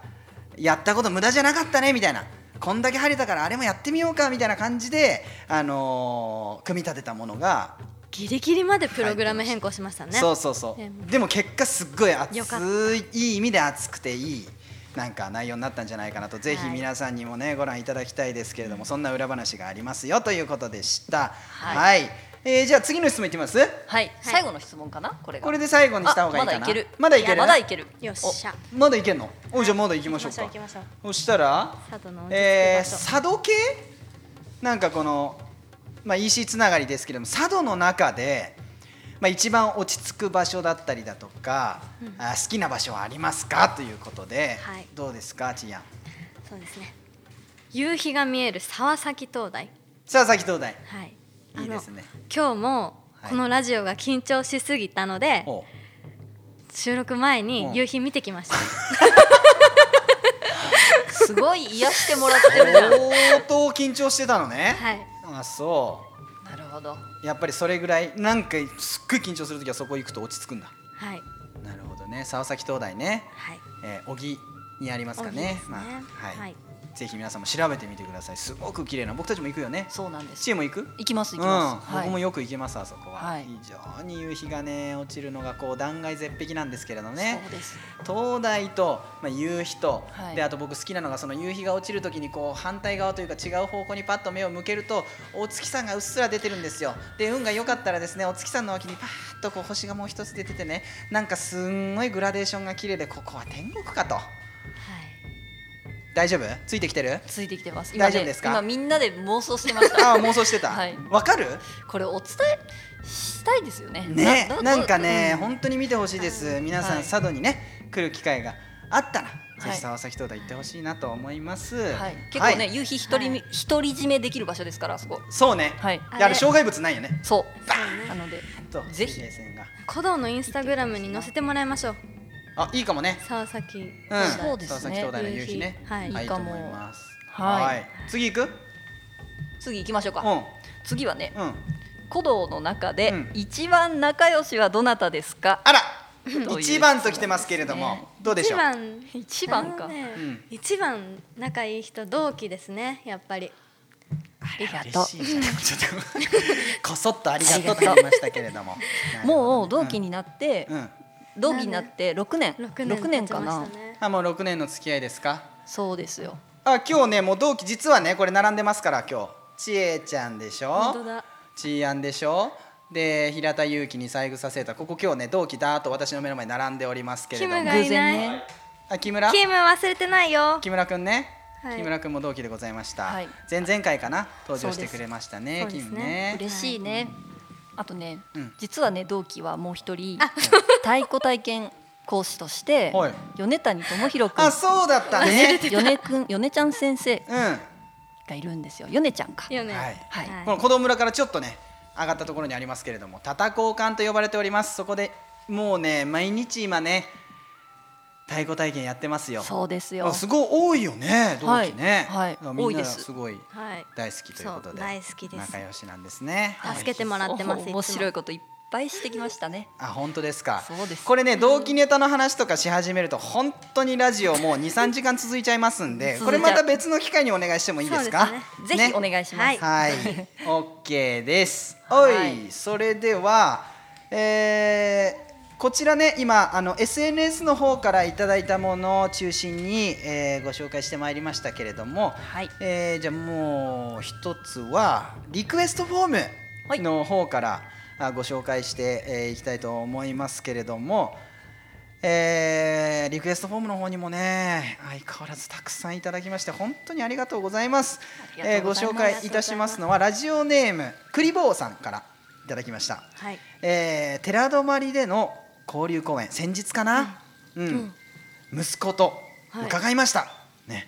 [SPEAKER 1] やったこと無駄じゃなかったねみたいなこんだけ晴れたからあれもやってみようかみたいな感じで、あのー組み立てたものが、
[SPEAKER 3] ギリギリまでプログラム変更しましたね
[SPEAKER 1] そうそうそ
[SPEAKER 3] え
[SPEAKER 1] うでも結果すっごい熱
[SPEAKER 3] よかっ
[SPEAKER 1] いいい意味で熱くていい。なんか内容になったんじゃないかなとぜひ皆さんにもねご覧いただきたいですけれどもそんな裏話がありますよということでしたは、
[SPEAKER 2] はい
[SPEAKER 1] えーじゃあ次の質問いきます
[SPEAKER 2] はい、最後の質問かなこれが
[SPEAKER 1] これで最後にした方がいいかな
[SPEAKER 2] あまだいける
[SPEAKER 1] まだいける
[SPEAKER 2] やまだいける
[SPEAKER 3] よっしゃ
[SPEAKER 1] まだいけんのおじゃあまだいきましょう
[SPEAKER 3] 行
[SPEAKER 1] か
[SPEAKER 3] きましょう
[SPEAKER 1] そしたら
[SPEAKER 3] 佐渡の落ち着く場所
[SPEAKER 1] えー、佐渡系なんかこの、まあ、EC つながりですけれども佐渡の中で、まあ、一番落ち着く場所だったりだとか、あ好きな場所はありますかということで、
[SPEAKER 3] はい
[SPEAKER 1] どうですかちやん
[SPEAKER 3] そうですね夕日が見える沢崎灯台
[SPEAKER 1] 佐々木東大
[SPEAKER 3] はいあの
[SPEAKER 1] いいですね
[SPEAKER 3] 今日もこのラジオが緊張しすぎたので、
[SPEAKER 1] おう
[SPEAKER 3] 収録前
[SPEAKER 1] お
[SPEAKER 3] に夕日見てきました
[SPEAKER 2] すごい癒してもらって るじゃん
[SPEAKER 1] 相当緊張してたのね、
[SPEAKER 3] はい
[SPEAKER 1] あそ
[SPEAKER 2] なるほど
[SPEAKER 1] うやっぱりそれぐらいなんかすっごい緊張するときはそこ行くと落ち着くんだ
[SPEAKER 3] はい
[SPEAKER 1] なるほどね沢崎東大ね
[SPEAKER 3] はい
[SPEAKER 1] えー、小木にありますかね
[SPEAKER 3] 小木ですね
[SPEAKER 1] まあはい
[SPEAKER 3] はい
[SPEAKER 1] ぜひ皆さんも調べてみてくださいすごく綺麗な僕たちも行くよね
[SPEAKER 2] そうなんです
[SPEAKER 1] 知恵も行く
[SPEAKER 2] 行きます行きます、
[SPEAKER 1] うん、
[SPEAKER 2] は
[SPEAKER 1] 僕も
[SPEAKER 2] い
[SPEAKER 1] よく行けますあそこは、
[SPEAKER 2] はい
[SPEAKER 1] 非常に夕日がね落ちるのがこう断崖絶壁なんですけれどね
[SPEAKER 2] そうです
[SPEAKER 1] 灯台と、まあ、夕日と、
[SPEAKER 2] はい
[SPEAKER 1] であと僕好きなのがその夕日が落ちる時にこう反対側というか違う方向にパッと目を向けるとお月さんがうっすら出てるんですよで運が良かったらですねお月さんの脇にパーッとこう星がもう一つ出ててねなんかすんごいグラデーションが綺麗でここは天国かと大丈夫ついてきてる
[SPEAKER 2] ついてきてます
[SPEAKER 1] 大丈夫ですか
[SPEAKER 2] 今みんなで妄想してました
[SPEAKER 1] ああ妄想してたわ、
[SPEAKER 2] はい
[SPEAKER 1] かる
[SPEAKER 2] これお伝えしたいですよね
[SPEAKER 1] ね
[SPEAKER 2] ど、ど
[SPEAKER 1] なんかね、
[SPEAKER 2] うん
[SPEAKER 1] 本当に見てほしいです。皆さん、
[SPEAKER 2] はい
[SPEAKER 1] 佐渡にね、来る機会があったら、
[SPEAKER 2] い
[SPEAKER 1] ぜひ沢崎灯台行ってほしいなと思います。
[SPEAKER 2] はい、結構ね、
[SPEAKER 1] はい
[SPEAKER 2] 夕日独りみ、独り占めできる場所ですからあそこ
[SPEAKER 1] そうね、
[SPEAKER 2] はい
[SPEAKER 1] であ
[SPEAKER 3] あ
[SPEAKER 1] れ
[SPEAKER 3] れ
[SPEAKER 1] 障害物ないよね。
[SPEAKER 2] そう
[SPEAKER 3] そうね
[SPEAKER 2] なので
[SPEAKER 1] と
[SPEAKER 2] ぜひ
[SPEAKER 1] 平線が
[SPEAKER 3] 鼓動のインスタグラムに載せてもらいましょう
[SPEAKER 1] あ、いいかもね。
[SPEAKER 3] 沢崎
[SPEAKER 1] うん、
[SPEAKER 2] そうです
[SPEAKER 1] 沢
[SPEAKER 2] ね
[SPEAKER 1] 崎灯台の夕日ね、
[SPEAKER 3] 夕日はい
[SPEAKER 1] い
[SPEAKER 2] いい
[SPEAKER 1] と
[SPEAKER 2] かも
[SPEAKER 1] 思います。
[SPEAKER 2] はい
[SPEAKER 1] 次行く？
[SPEAKER 2] 次行きましょうか、次はね
[SPEAKER 1] うん、うん。
[SPEAKER 2] 古道の中で
[SPEAKER 1] うん
[SPEAKER 2] 一番仲良しはどなたですか、
[SPEAKER 1] あら
[SPEAKER 2] う、いう
[SPEAKER 1] 一番と来てますけれども、
[SPEAKER 2] そうですね
[SPEAKER 1] どうでしょう？
[SPEAKER 3] 一番
[SPEAKER 2] 一番か
[SPEAKER 3] あのね
[SPEAKER 1] うん
[SPEAKER 3] 一番仲いい人同期ですねやっぱり
[SPEAKER 1] あ
[SPEAKER 2] りがとう
[SPEAKER 1] 嬉しいじゃんちょっとこそっとありがとうって言いましたけれ ども。
[SPEAKER 2] もう同期になって、
[SPEAKER 1] うん。うん
[SPEAKER 2] 同期になって六年
[SPEAKER 3] 六年
[SPEAKER 2] 六年か
[SPEAKER 3] 経
[SPEAKER 2] な
[SPEAKER 3] ちましたね
[SPEAKER 1] あもう6年の付き合いですか
[SPEAKER 2] そうですよ
[SPEAKER 1] あ今日ねもう同期実はねこれ並んでますから今日ちえちゃんでし
[SPEAKER 3] 本
[SPEAKER 1] ょ
[SPEAKER 3] 当だ
[SPEAKER 1] ちいあんでしょで平田祐希に三枝聖太ここ今日ね同期だーっと私の目の前に並んでおりますけれども
[SPEAKER 3] キムが
[SPEAKER 2] 偶然
[SPEAKER 3] いな
[SPEAKER 2] ね
[SPEAKER 1] あ木村
[SPEAKER 3] キム忘れてないよ
[SPEAKER 1] 木村くんね、
[SPEAKER 3] はい
[SPEAKER 1] 木村くんも同期でございました、
[SPEAKER 2] はい
[SPEAKER 1] 前々回かな登場し
[SPEAKER 2] そう
[SPEAKER 1] て
[SPEAKER 2] です
[SPEAKER 1] くれましたね
[SPEAKER 3] そう
[SPEAKER 1] キ
[SPEAKER 3] ですね
[SPEAKER 1] ムね
[SPEAKER 2] 嬉しいね、あとね、
[SPEAKER 1] うん
[SPEAKER 2] 実はね同期はもう一人太鼓体験講師として
[SPEAKER 1] はい
[SPEAKER 2] 米谷智弘君
[SPEAKER 1] あそうだったね
[SPEAKER 2] 米君米ちゃん先生
[SPEAKER 1] うん、は
[SPEAKER 2] がいるんですよ米ちゃんか
[SPEAKER 3] よね
[SPEAKER 1] い、
[SPEAKER 2] はい
[SPEAKER 1] この子供村からちょっとね上がったところにありますけれどもタタ交換と呼ばれておりますそこでもうね毎日今ね太鼓体験やってますよ。
[SPEAKER 2] そうです
[SPEAKER 1] あ
[SPEAKER 2] よ。
[SPEAKER 1] すごい多いよね同期ね。
[SPEAKER 2] はいはい
[SPEAKER 1] みん
[SPEAKER 2] 多い
[SPEAKER 1] な
[SPEAKER 2] です
[SPEAKER 1] すごい
[SPEAKER 3] はい
[SPEAKER 1] 大好きということ
[SPEAKER 3] そう
[SPEAKER 1] で。
[SPEAKER 3] 大好きです
[SPEAKER 1] 仲良しなんですね。
[SPEAKER 3] 助けてもらってますいつも
[SPEAKER 2] 面白いこといっぱいしてきましたね。
[SPEAKER 1] あ本当ですか
[SPEAKER 2] そうです
[SPEAKER 1] これね同期ネタの話とかし始めると本当にラジオもう23時間続いちゃいますんで
[SPEAKER 2] 続いちゃう
[SPEAKER 1] これまた別の機会にお願いしてもいいですか
[SPEAKER 3] そうで
[SPEAKER 2] ぜひお願いします。
[SPEAKER 1] は
[SPEAKER 3] はい
[SPEAKER 1] い OK ですお、
[SPEAKER 2] はいい
[SPEAKER 1] それではえーこちらね今あの SNS の方からいただいたものを中心に、えーご紹介してまいりましたけれども、
[SPEAKER 2] はい
[SPEAKER 1] えーじゃあもう一つはリクエストフォーム
[SPEAKER 2] はい
[SPEAKER 1] の方からあご紹介してえーいきたいと思いますけれども、えーリクエストフォームの方にもね相変わらずたくさんいただきまして本当にありがとうございます
[SPEAKER 2] あり
[SPEAKER 1] え
[SPEAKER 2] が
[SPEAKER 1] ー
[SPEAKER 2] とう
[SPEAKER 1] ご
[SPEAKER 2] ござ
[SPEAKER 1] 紹
[SPEAKER 2] います
[SPEAKER 1] 介いたしますのはラジオネームクリボーさんからいただきました、
[SPEAKER 3] はい
[SPEAKER 1] えー寺泊での交流公演先日かな、うん息子と伺いました、ね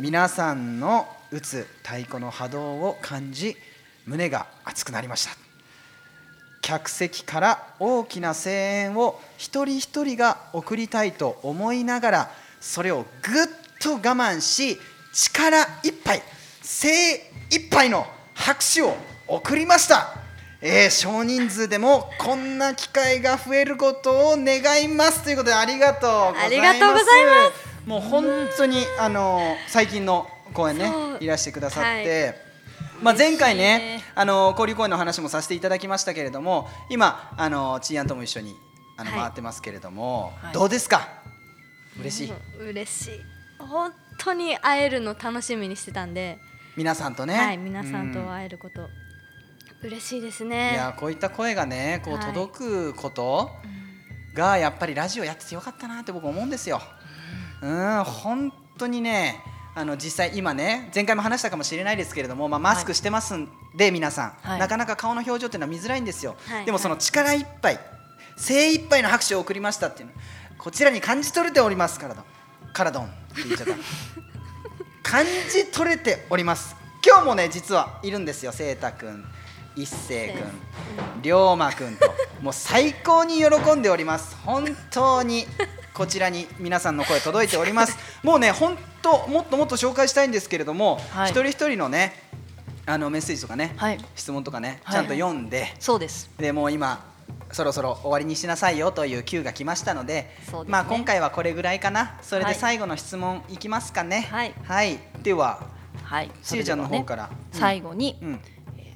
[SPEAKER 1] 皆さんの打つ太鼓の波動を感じ胸が熱くなりました客席から大きな声援を一人一人が送りたいと思いながらそれをぐっと我慢し力いっぱい精いっぱいの拍手を送りました、えー少人数でもこんな機会が増えることを願いますということでありがとうございます
[SPEAKER 3] ありがとうござい
[SPEAKER 1] ますもう本当にあの最近の公演ね
[SPEAKER 3] そう
[SPEAKER 1] いらしてくださって、まあ、前回ねあの交流公演の話もさせていただきましたけれども今あのちいやんとも一緒にあの
[SPEAKER 3] はい
[SPEAKER 1] 回ってますけれども、
[SPEAKER 2] はい
[SPEAKER 1] どうですか嬉しい
[SPEAKER 3] うん嬉しい本当に会えるの楽しみにしてたんで、
[SPEAKER 1] 皆さんとね、
[SPEAKER 3] はい皆さんと
[SPEAKER 1] う
[SPEAKER 3] 会えること、嬉しいです
[SPEAKER 1] い
[SPEAKER 3] ね
[SPEAKER 1] やこういった声がねこう
[SPEAKER 3] はい
[SPEAKER 1] 届くことが、やっぱりラジオやっててよかったなって僕思うんですよ。うん本当にねあの実際今ね前回も話したかもしれないですけれども、まあ、マスクしてますんで、皆さん、
[SPEAKER 2] はい
[SPEAKER 1] なかなか顔の表情っていうのは見づらいんですよ、
[SPEAKER 3] はい
[SPEAKER 1] でもその力いっぱい精一杯の拍手を送りましたっていうのこちらに感じ取れておりますからどんからどんって言っちゃった感じ取れております今日もね実はいるんですよ聖太くん一星くん龍馬くんともう最高に喜んでおります本当にこちらに皆さんの声届いておりますもうね本当もっともっと紹介したいんですけれども、
[SPEAKER 2] はい
[SPEAKER 1] 一人一人のねあのメッセージとかね、
[SPEAKER 2] はい
[SPEAKER 1] 質問とかね
[SPEAKER 2] はい
[SPEAKER 1] ちゃんと読んで、
[SPEAKER 2] そうです。
[SPEAKER 1] でもう今そろそろ終わりにしなさいよという Q が来ましたので
[SPEAKER 2] そうですね
[SPEAKER 1] まあ、今回はこれぐらいかなそれ
[SPEAKER 2] は
[SPEAKER 1] で
[SPEAKER 2] い
[SPEAKER 1] 最後の質問いきますかね
[SPEAKER 2] はい
[SPEAKER 1] では
[SPEAKER 2] はい。
[SPEAKER 1] しゆちゃんの方から
[SPEAKER 2] それではね最後に、
[SPEAKER 1] うん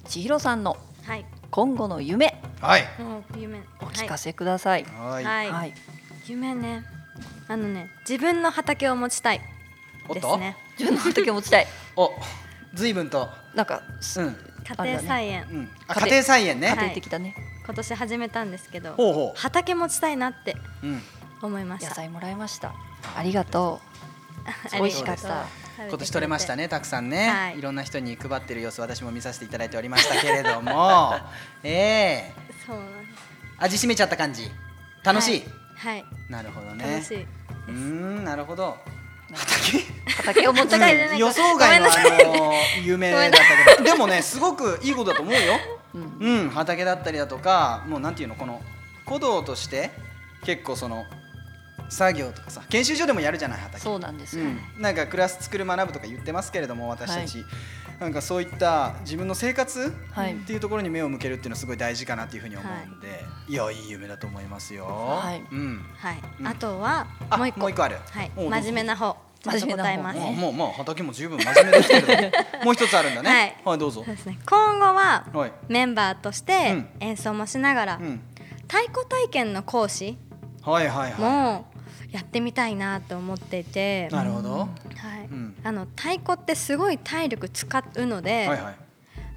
[SPEAKER 2] 千尋さんの
[SPEAKER 3] はい
[SPEAKER 2] 今後の夢
[SPEAKER 1] はい
[SPEAKER 3] もう夢
[SPEAKER 2] お聞か
[SPEAKER 3] せ
[SPEAKER 2] せください。
[SPEAKER 1] は
[SPEAKER 3] は、
[SPEAKER 2] はいい。
[SPEAKER 3] 夢ねあのね自分の畑を持ちたい
[SPEAKER 1] おっ
[SPEAKER 3] で
[SPEAKER 1] と
[SPEAKER 3] すね
[SPEAKER 2] 自分の畑を持ちたい。
[SPEAKER 1] お随分と
[SPEAKER 2] なんか、
[SPEAKER 1] うん
[SPEAKER 3] 家庭菜園、
[SPEAKER 1] うん、あ家
[SPEAKER 2] 家庭
[SPEAKER 1] 庭菜園ね、
[SPEAKER 2] 家
[SPEAKER 3] はい
[SPEAKER 2] 庭的だね。
[SPEAKER 3] 今年始めたんですけど
[SPEAKER 1] ほうほ
[SPEAKER 3] 畑持ちたいなって
[SPEAKER 1] う、うん、
[SPEAKER 3] 思いまし
[SPEAKER 2] 野
[SPEAKER 3] た
[SPEAKER 2] 菜もらいました。ありがとう。
[SPEAKER 3] ありがとう
[SPEAKER 2] 美味しかった。
[SPEAKER 1] 今年取れましたねたくさんね、
[SPEAKER 3] はい
[SPEAKER 1] い、ろんな人に配ってる様子私も見させていただいておりましたけれどもええ
[SPEAKER 3] そうなんです
[SPEAKER 1] 味しめちゃった感じ楽しい、
[SPEAKER 3] はい、
[SPEAKER 1] なるほど
[SPEAKER 3] はい
[SPEAKER 1] ね
[SPEAKER 3] 楽しい、
[SPEAKER 1] うーんなるほど畑
[SPEAKER 2] 畑を持ちた い。
[SPEAKER 3] なんか
[SPEAKER 1] 予想外の
[SPEAKER 3] ごめんなさい
[SPEAKER 1] あのー有名だったけどでもねすごくいいことだと思うよ、
[SPEAKER 2] うん
[SPEAKER 1] うん、畑だったりだとかもうなんていうのこの古道として結構その作業とかさ研修所でもやるじゃない畑
[SPEAKER 2] そうなんです
[SPEAKER 1] う
[SPEAKER 2] よ。
[SPEAKER 1] ん、なんかクラス作る学ぶとか言ってますけれども私たち、なんかそういった自分の生活
[SPEAKER 2] はい
[SPEAKER 1] っていうところに目を向けるっていうのはすごい大事かなっていうふうに思うんで、い、やいい夢だと思いますよ。
[SPEAKER 2] はい
[SPEAKER 1] うん、
[SPEAKER 3] はい
[SPEAKER 1] うん
[SPEAKER 3] あとは
[SPEAKER 1] あ
[SPEAKER 3] もう一個
[SPEAKER 1] もう一個ある
[SPEAKER 3] はい、
[SPEAKER 1] おうどうぞ
[SPEAKER 3] 真面目な方ちゃんと答えま
[SPEAKER 2] 真
[SPEAKER 3] す
[SPEAKER 2] 面
[SPEAKER 1] も
[SPEAKER 2] 目な方
[SPEAKER 1] う
[SPEAKER 2] ね
[SPEAKER 1] もうまあ畑も十分真面目ですけれども もう一つあるんだね。はい、どうぞ
[SPEAKER 3] そう。ですね今後は
[SPEAKER 1] はい。
[SPEAKER 3] メンバーとし
[SPEAKER 1] う
[SPEAKER 3] て
[SPEAKER 1] ん
[SPEAKER 3] 演奏もしながら、
[SPEAKER 1] うん。
[SPEAKER 3] 太鼓体験の講師
[SPEAKER 1] はいはいは
[SPEAKER 3] もやってみたいなと思っていて
[SPEAKER 1] い。、なるほど。
[SPEAKER 3] はい
[SPEAKER 1] うん
[SPEAKER 3] あの太鼓ってすごい体力使うので、
[SPEAKER 1] はいはい。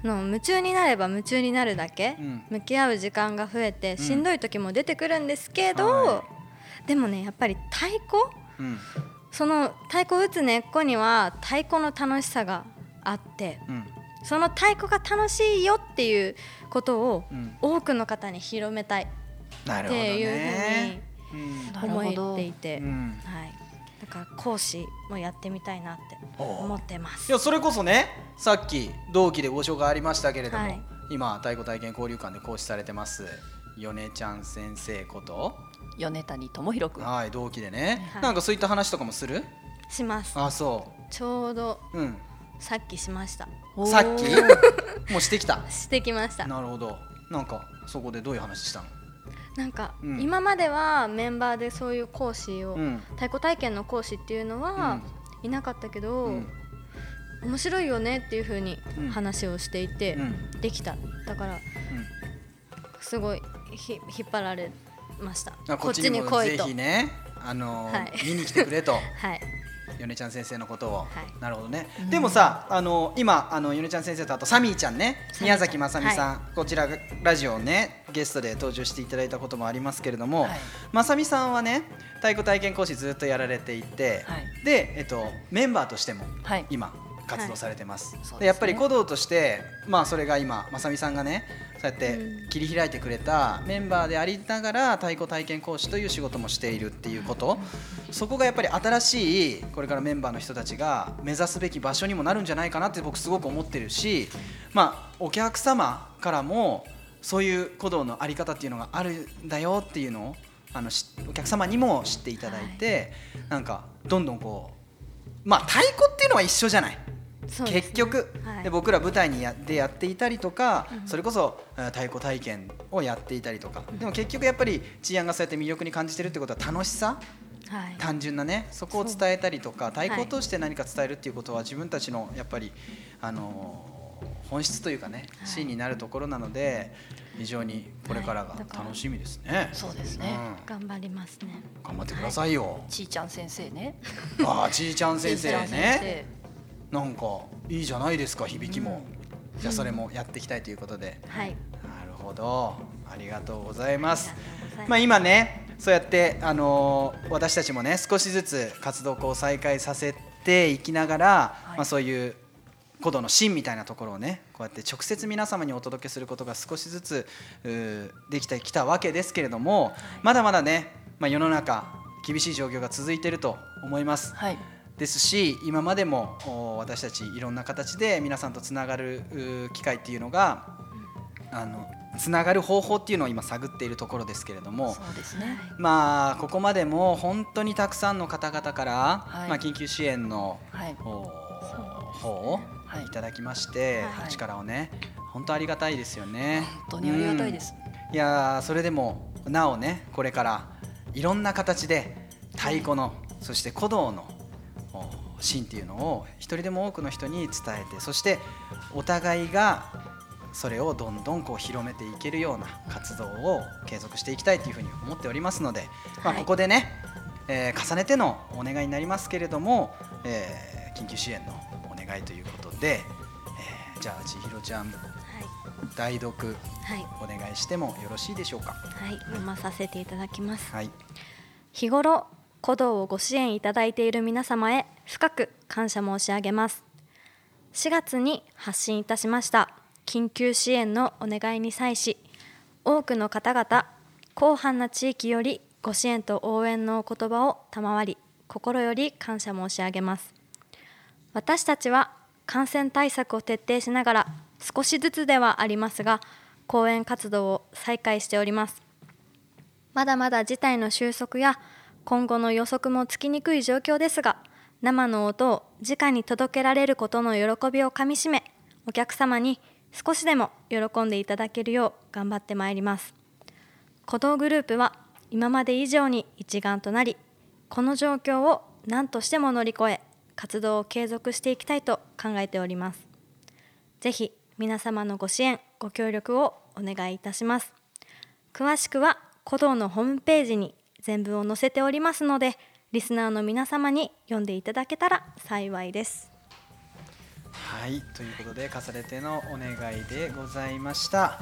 [SPEAKER 3] あの夢中になれば夢中になるだけ、
[SPEAKER 1] うん
[SPEAKER 3] 向き合う時間が増えて
[SPEAKER 1] ん
[SPEAKER 3] しんどい時も出てくるんですけど、
[SPEAKER 1] は
[SPEAKER 3] でもねやっぱり太鼓
[SPEAKER 1] うん
[SPEAKER 3] その太鼓打つ根っこには太鼓の楽しさがあって
[SPEAKER 1] うん
[SPEAKER 3] その太鼓が楽しいよっていうことを
[SPEAKER 1] うん。
[SPEAKER 3] 多くの方に広めたい
[SPEAKER 1] なる
[SPEAKER 3] っ
[SPEAKER 1] ほど
[SPEAKER 3] ていう
[SPEAKER 1] ね。う
[SPEAKER 2] なる
[SPEAKER 3] ふう
[SPEAKER 2] ほ
[SPEAKER 3] に
[SPEAKER 2] ど
[SPEAKER 3] 思えていて、
[SPEAKER 1] ん。うん。
[SPEAKER 3] はい、だから講師もやってみたいなって思ってます
[SPEAKER 1] い。やそれこそねさっき同期でご紹介ありましたけれども、
[SPEAKER 3] はい
[SPEAKER 1] 今太鼓体験交流館で講師されてます米ちゃん先生こと、
[SPEAKER 2] 米谷智弘君
[SPEAKER 1] はい同期でね、
[SPEAKER 3] はい
[SPEAKER 1] なんかそういった話とかもする
[SPEAKER 3] します
[SPEAKER 1] あそ
[SPEAKER 3] ちょうど
[SPEAKER 1] ううん
[SPEAKER 3] さっきしました
[SPEAKER 1] さっきもうしてき た
[SPEAKER 3] してきました
[SPEAKER 1] なるほどなんかそこでどういう話したの
[SPEAKER 3] なんか、
[SPEAKER 1] うん
[SPEAKER 3] 今まではメンバーでそういう講師を、
[SPEAKER 1] うん
[SPEAKER 3] 太鼓体験の講師っていうのは、いなかったけど、
[SPEAKER 1] うん
[SPEAKER 3] 面白いよねっていう風に
[SPEAKER 1] うん
[SPEAKER 3] 話をしていて、
[SPEAKER 1] うん
[SPEAKER 3] できただからすごいひ引っ張られました
[SPEAKER 1] あこっちにも
[SPEAKER 3] 来
[SPEAKER 1] ぜ
[SPEAKER 3] いと
[SPEAKER 1] ひねあのー
[SPEAKER 3] はい
[SPEAKER 1] 見に来てくれと
[SPEAKER 3] はい
[SPEAKER 1] 米ちゃん先生のことを、
[SPEAKER 3] い
[SPEAKER 1] なるほどね、
[SPEAKER 2] うん
[SPEAKER 1] でもさあの今あの米ちゃん先生とあとサミーちゃんね
[SPEAKER 3] サミーちゃ
[SPEAKER 1] 宮
[SPEAKER 3] ん
[SPEAKER 1] 崎まさみさん、こちらラジオねゲストで登場していただいたこともありますけれども、
[SPEAKER 2] はい
[SPEAKER 1] まさみさんはね太鼓体験講師ずっとやられていて、
[SPEAKER 2] はい
[SPEAKER 1] で、えっと、メンバーとしても
[SPEAKER 2] はい
[SPEAKER 1] 今活動されてます、
[SPEAKER 2] そうですね
[SPEAKER 1] でやっぱり鼓動として、まあ、それが今まさみさんがねそうやって
[SPEAKER 3] うん
[SPEAKER 1] 切り開いてくれたメンバーでありながら太鼓体験講師という仕事もしているっていうことそこがやっぱり新しいこれからメンバーの人たちが目指すべき場所にもなるんじゃないかなって僕すごく思ってるし、まあ、お客様からもそういう鼓動のあり方っていうのがあるんだよっていうのをあのしお客様にも知っていただいて、なんかどんどんこうまあ太鼓っていうのは一緒じゃない。
[SPEAKER 3] そうです
[SPEAKER 1] 結局、
[SPEAKER 3] はい
[SPEAKER 1] で僕ら舞台にやでやっていたりとか、
[SPEAKER 3] うん
[SPEAKER 1] それこそえー太鼓体験をやっていたりとか、
[SPEAKER 3] ん
[SPEAKER 1] でも結局やっぱり治安がそうやって魅力に感じてるってことは楽しさ
[SPEAKER 3] はい
[SPEAKER 1] 単純なねそこを伝えたりとか太鼓を通して何か伝えるっていうことは自分たちのやっぱり、あのー本質というかね
[SPEAKER 3] はい
[SPEAKER 1] 芯になるところなので非常にこれからが
[SPEAKER 3] はいだから
[SPEAKER 1] 楽しみですね。
[SPEAKER 2] そうですね、
[SPEAKER 1] う
[SPEAKER 3] 頑張りますね
[SPEAKER 1] ん、頑張ってくださいよ。
[SPEAKER 2] ちーちゃん先生ね
[SPEAKER 1] ああちーちゃん先生
[SPEAKER 2] ちーちゃん
[SPEAKER 1] ね。なんかいいじゃないですか響きも、じゃあそれもやっていきたいということで、
[SPEAKER 3] はい
[SPEAKER 1] なるほどありがとうございます
[SPEAKER 3] ありがとうございます
[SPEAKER 1] まあ今ねそうやってあのー私たちもね少しずつ活動をこう再開させていきながら、
[SPEAKER 2] い
[SPEAKER 1] まあそういう古道の芯みたいなところをねこうやって直接皆様にお届けすることが少しずつうーできてきたわけですけれども、まだまだね、まあ、世の中厳しい状況が続いていると思います。
[SPEAKER 2] はい
[SPEAKER 1] ですし今までもお私たちいろんな形で皆さんとつながるうー機会っていうのがあのつながる方法っていうのを今探っているところですけれども
[SPEAKER 2] そうですね
[SPEAKER 1] まあここまでも本当にたくさんの方々から、
[SPEAKER 2] はい
[SPEAKER 1] まあ、緊急支援の
[SPEAKER 2] はい
[SPEAKER 1] お方を
[SPEAKER 2] はい
[SPEAKER 1] いただきまして、
[SPEAKER 2] はい
[SPEAKER 1] お力をね本当ありがたいですよね。
[SPEAKER 2] 本当にありがたいです、
[SPEAKER 1] いやーそれでもなおねこれからいろんな形で太鼓の、そして鼓動のお芯っていうのを一人でも多くの人に伝えてそしてお互いがそれをどんどんこう広めていけるような活動を継続していきたいというふうに思っておりますので、まあ、
[SPEAKER 2] はい
[SPEAKER 1] ここでね、えー重ねてのお願いになりますけれども、えー緊急支援のお願いということで、えーじゃあ千尋ちゃん代読
[SPEAKER 3] はい
[SPEAKER 1] お願いしてもよろしいでしょうか。
[SPEAKER 3] はい、はい、読まさせていただきます
[SPEAKER 1] はい。
[SPEAKER 3] 日頃鼓動をご支援いただいている皆様へ深く感謝申し上げます4月に発信いたしました緊急支援のお願いに際し多くの方々広範な地域よりご支援と応援のお言葉を賜り心より感謝申し上げます私たちは感染対策を徹底しながら少しずつではありますが講演活動を再開しておりますまだまだ事態の収束や今後の予測もつきにくい状況ですが生の音を直に届けられることの喜びをかみしめお客様に少しでも喜んでいただけるよう頑張ってまいります鼓動グループは今まで以上に一丸となりこの状況を何としても乗り越え活動を継続していきたいと考えておりますぜひ皆様のご支援ご協力をお願いいたします詳しくは鼓動のホームページに全文を載せておりますのでリスナーの皆様に読んでいただけたら幸いです
[SPEAKER 1] はい、ということで重ねてのお願いでございました。は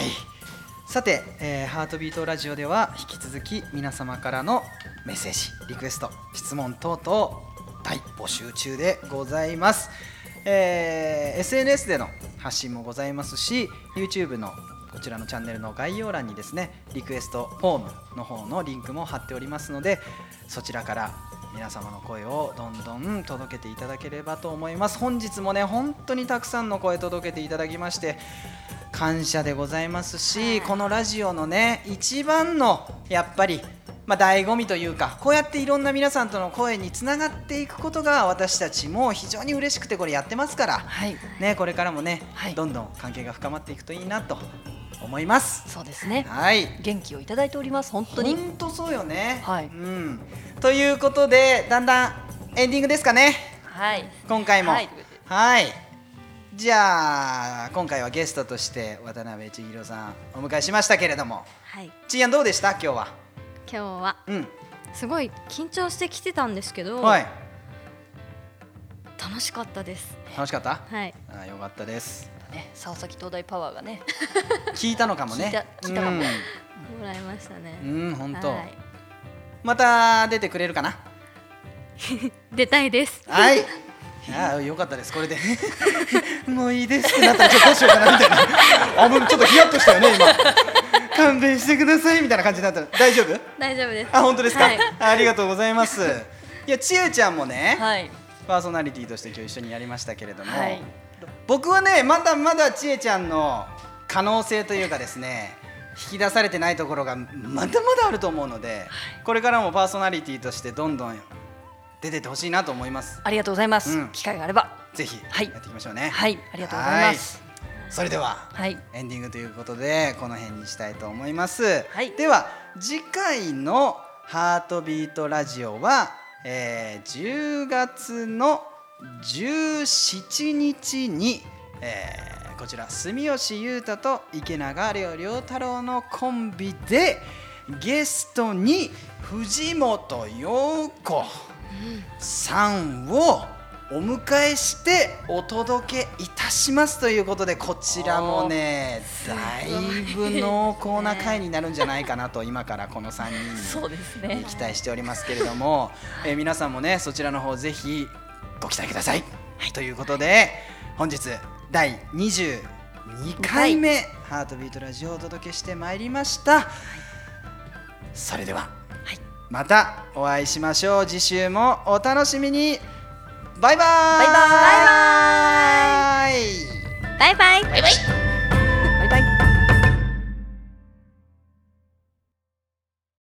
[SPEAKER 1] い。さて、えーハートビートラジオでは引き続き皆様からのメッセージ、リクエスト、質問等々大募集中でございます。えー SNS での発信もございますし、YouTube のこちらのチャンネルの概要欄にですねリクエストフォームの方のリンクも貼っておりますのでそちらから皆様の声をどんどん届けていただければと思います本日もね本当にたくさんの声届けていただきまして感謝でございますし、
[SPEAKER 3] はい
[SPEAKER 1] このラジオのね一番のやっぱり、まあ、醍醐味というかこうやっていろんな皆さんとの声につながっていくことが私たちも非常に嬉しくてこれやってますから、
[SPEAKER 2] はい、
[SPEAKER 1] ね、これからもね、
[SPEAKER 2] はい
[SPEAKER 1] どんどん関係が深まっていくといいなと思います。
[SPEAKER 2] そうですね。
[SPEAKER 1] はい
[SPEAKER 2] 元気をいただいております。本当に。
[SPEAKER 1] 本当そうよね、
[SPEAKER 2] はい
[SPEAKER 1] うん、ということでだんだんエンディングですかね
[SPEAKER 2] はい。
[SPEAKER 1] 今回も
[SPEAKER 2] はい
[SPEAKER 1] はいじゃあ今回はゲストとして渡辺千尋さんお迎えしましたけれども
[SPEAKER 3] はい今
[SPEAKER 1] ちいやんどうでした今日は
[SPEAKER 3] 日は
[SPEAKER 1] うん
[SPEAKER 3] すごい緊張してきてたんですけど、
[SPEAKER 1] はい
[SPEAKER 3] 楽しかったです
[SPEAKER 1] 楽しかった
[SPEAKER 3] はい
[SPEAKER 1] あーよかったです
[SPEAKER 2] ね、沢崎東大パワーがね。
[SPEAKER 1] 聞いたのかもね
[SPEAKER 2] 聞いた聞いたかも
[SPEAKER 3] もらいましたね、
[SPEAKER 1] うん、うん、本当、
[SPEAKER 3] はい
[SPEAKER 1] また出てくれるか な
[SPEAKER 3] 出たいです
[SPEAKER 1] はいああよかったですこれで もういいですってなったらちょっとどうしようかなみたい なあもうちょっとヒヤッとしたよね今勘弁してくださいみたいな感じになったら大丈夫
[SPEAKER 3] 大丈夫です
[SPEAKER 1] あ本当ですか、
[SPEAKER 3] はい、
[SPEAKER 1] ありがとうござい ますいやちゆちゃんもね、
[SPEAKER 2] はい。
[SPEAKER 1] パーソナリティとして今日一緒にやりましたけれども、
[SPEAKER 2] はい
[SPEAKER 1] 僕はねまだまだちえちゃんの可能性というかですね引き出されてないところがまだまだあると思うので、これからもパーソナリティとしてどんどん出てってほしいなと思います
[SPEAKER 2] ありがとうございます。
[SPEAKER 1] うん
[SPEAKER 2] 機会があれば。
[SPEAKER 1] ぜひ
[SPEAKER 2] はい
[SPEAKER 1] やっていきましょうね、
[SPEAKER 2] はい、ありがとうございます。
[SPEAKER 1] はいそれでは、
[SPEAKER 2] はい。
[SPEAKER 1] エンディングということでこの辺にしたいと思います、
[SPEAKER 2] はい
[SPEAKER 1] では次回の「ハートビートラジオは」えー10月の17日に、えーこちら住吉裕太と池永亮亮太郎のコンビでゲストに藤本陽子さんをお迎えしてお届けいたしますということでこちらもねだいぶ濃厚な回になるんじゃないかなと今からこの3人
[SPEAKER 2] そうです
[SPEAKER 1] に
[SPEAKER 2] ね。
[SPEAKER 1] 期待しておりますけれども、えー皆さんもねそちらの方ぜひご期待ください。ということで本日第22回目「ハートビートラジオ」をお届けしてまいりました。それでは
[SPEAKER 2] はい。
[SPEAKER 1] またお会いしましょう次週もお楽しみにバイバーイ
[SPEAKER 2] バイバーイ
[SPEAKER 1] バイバーイ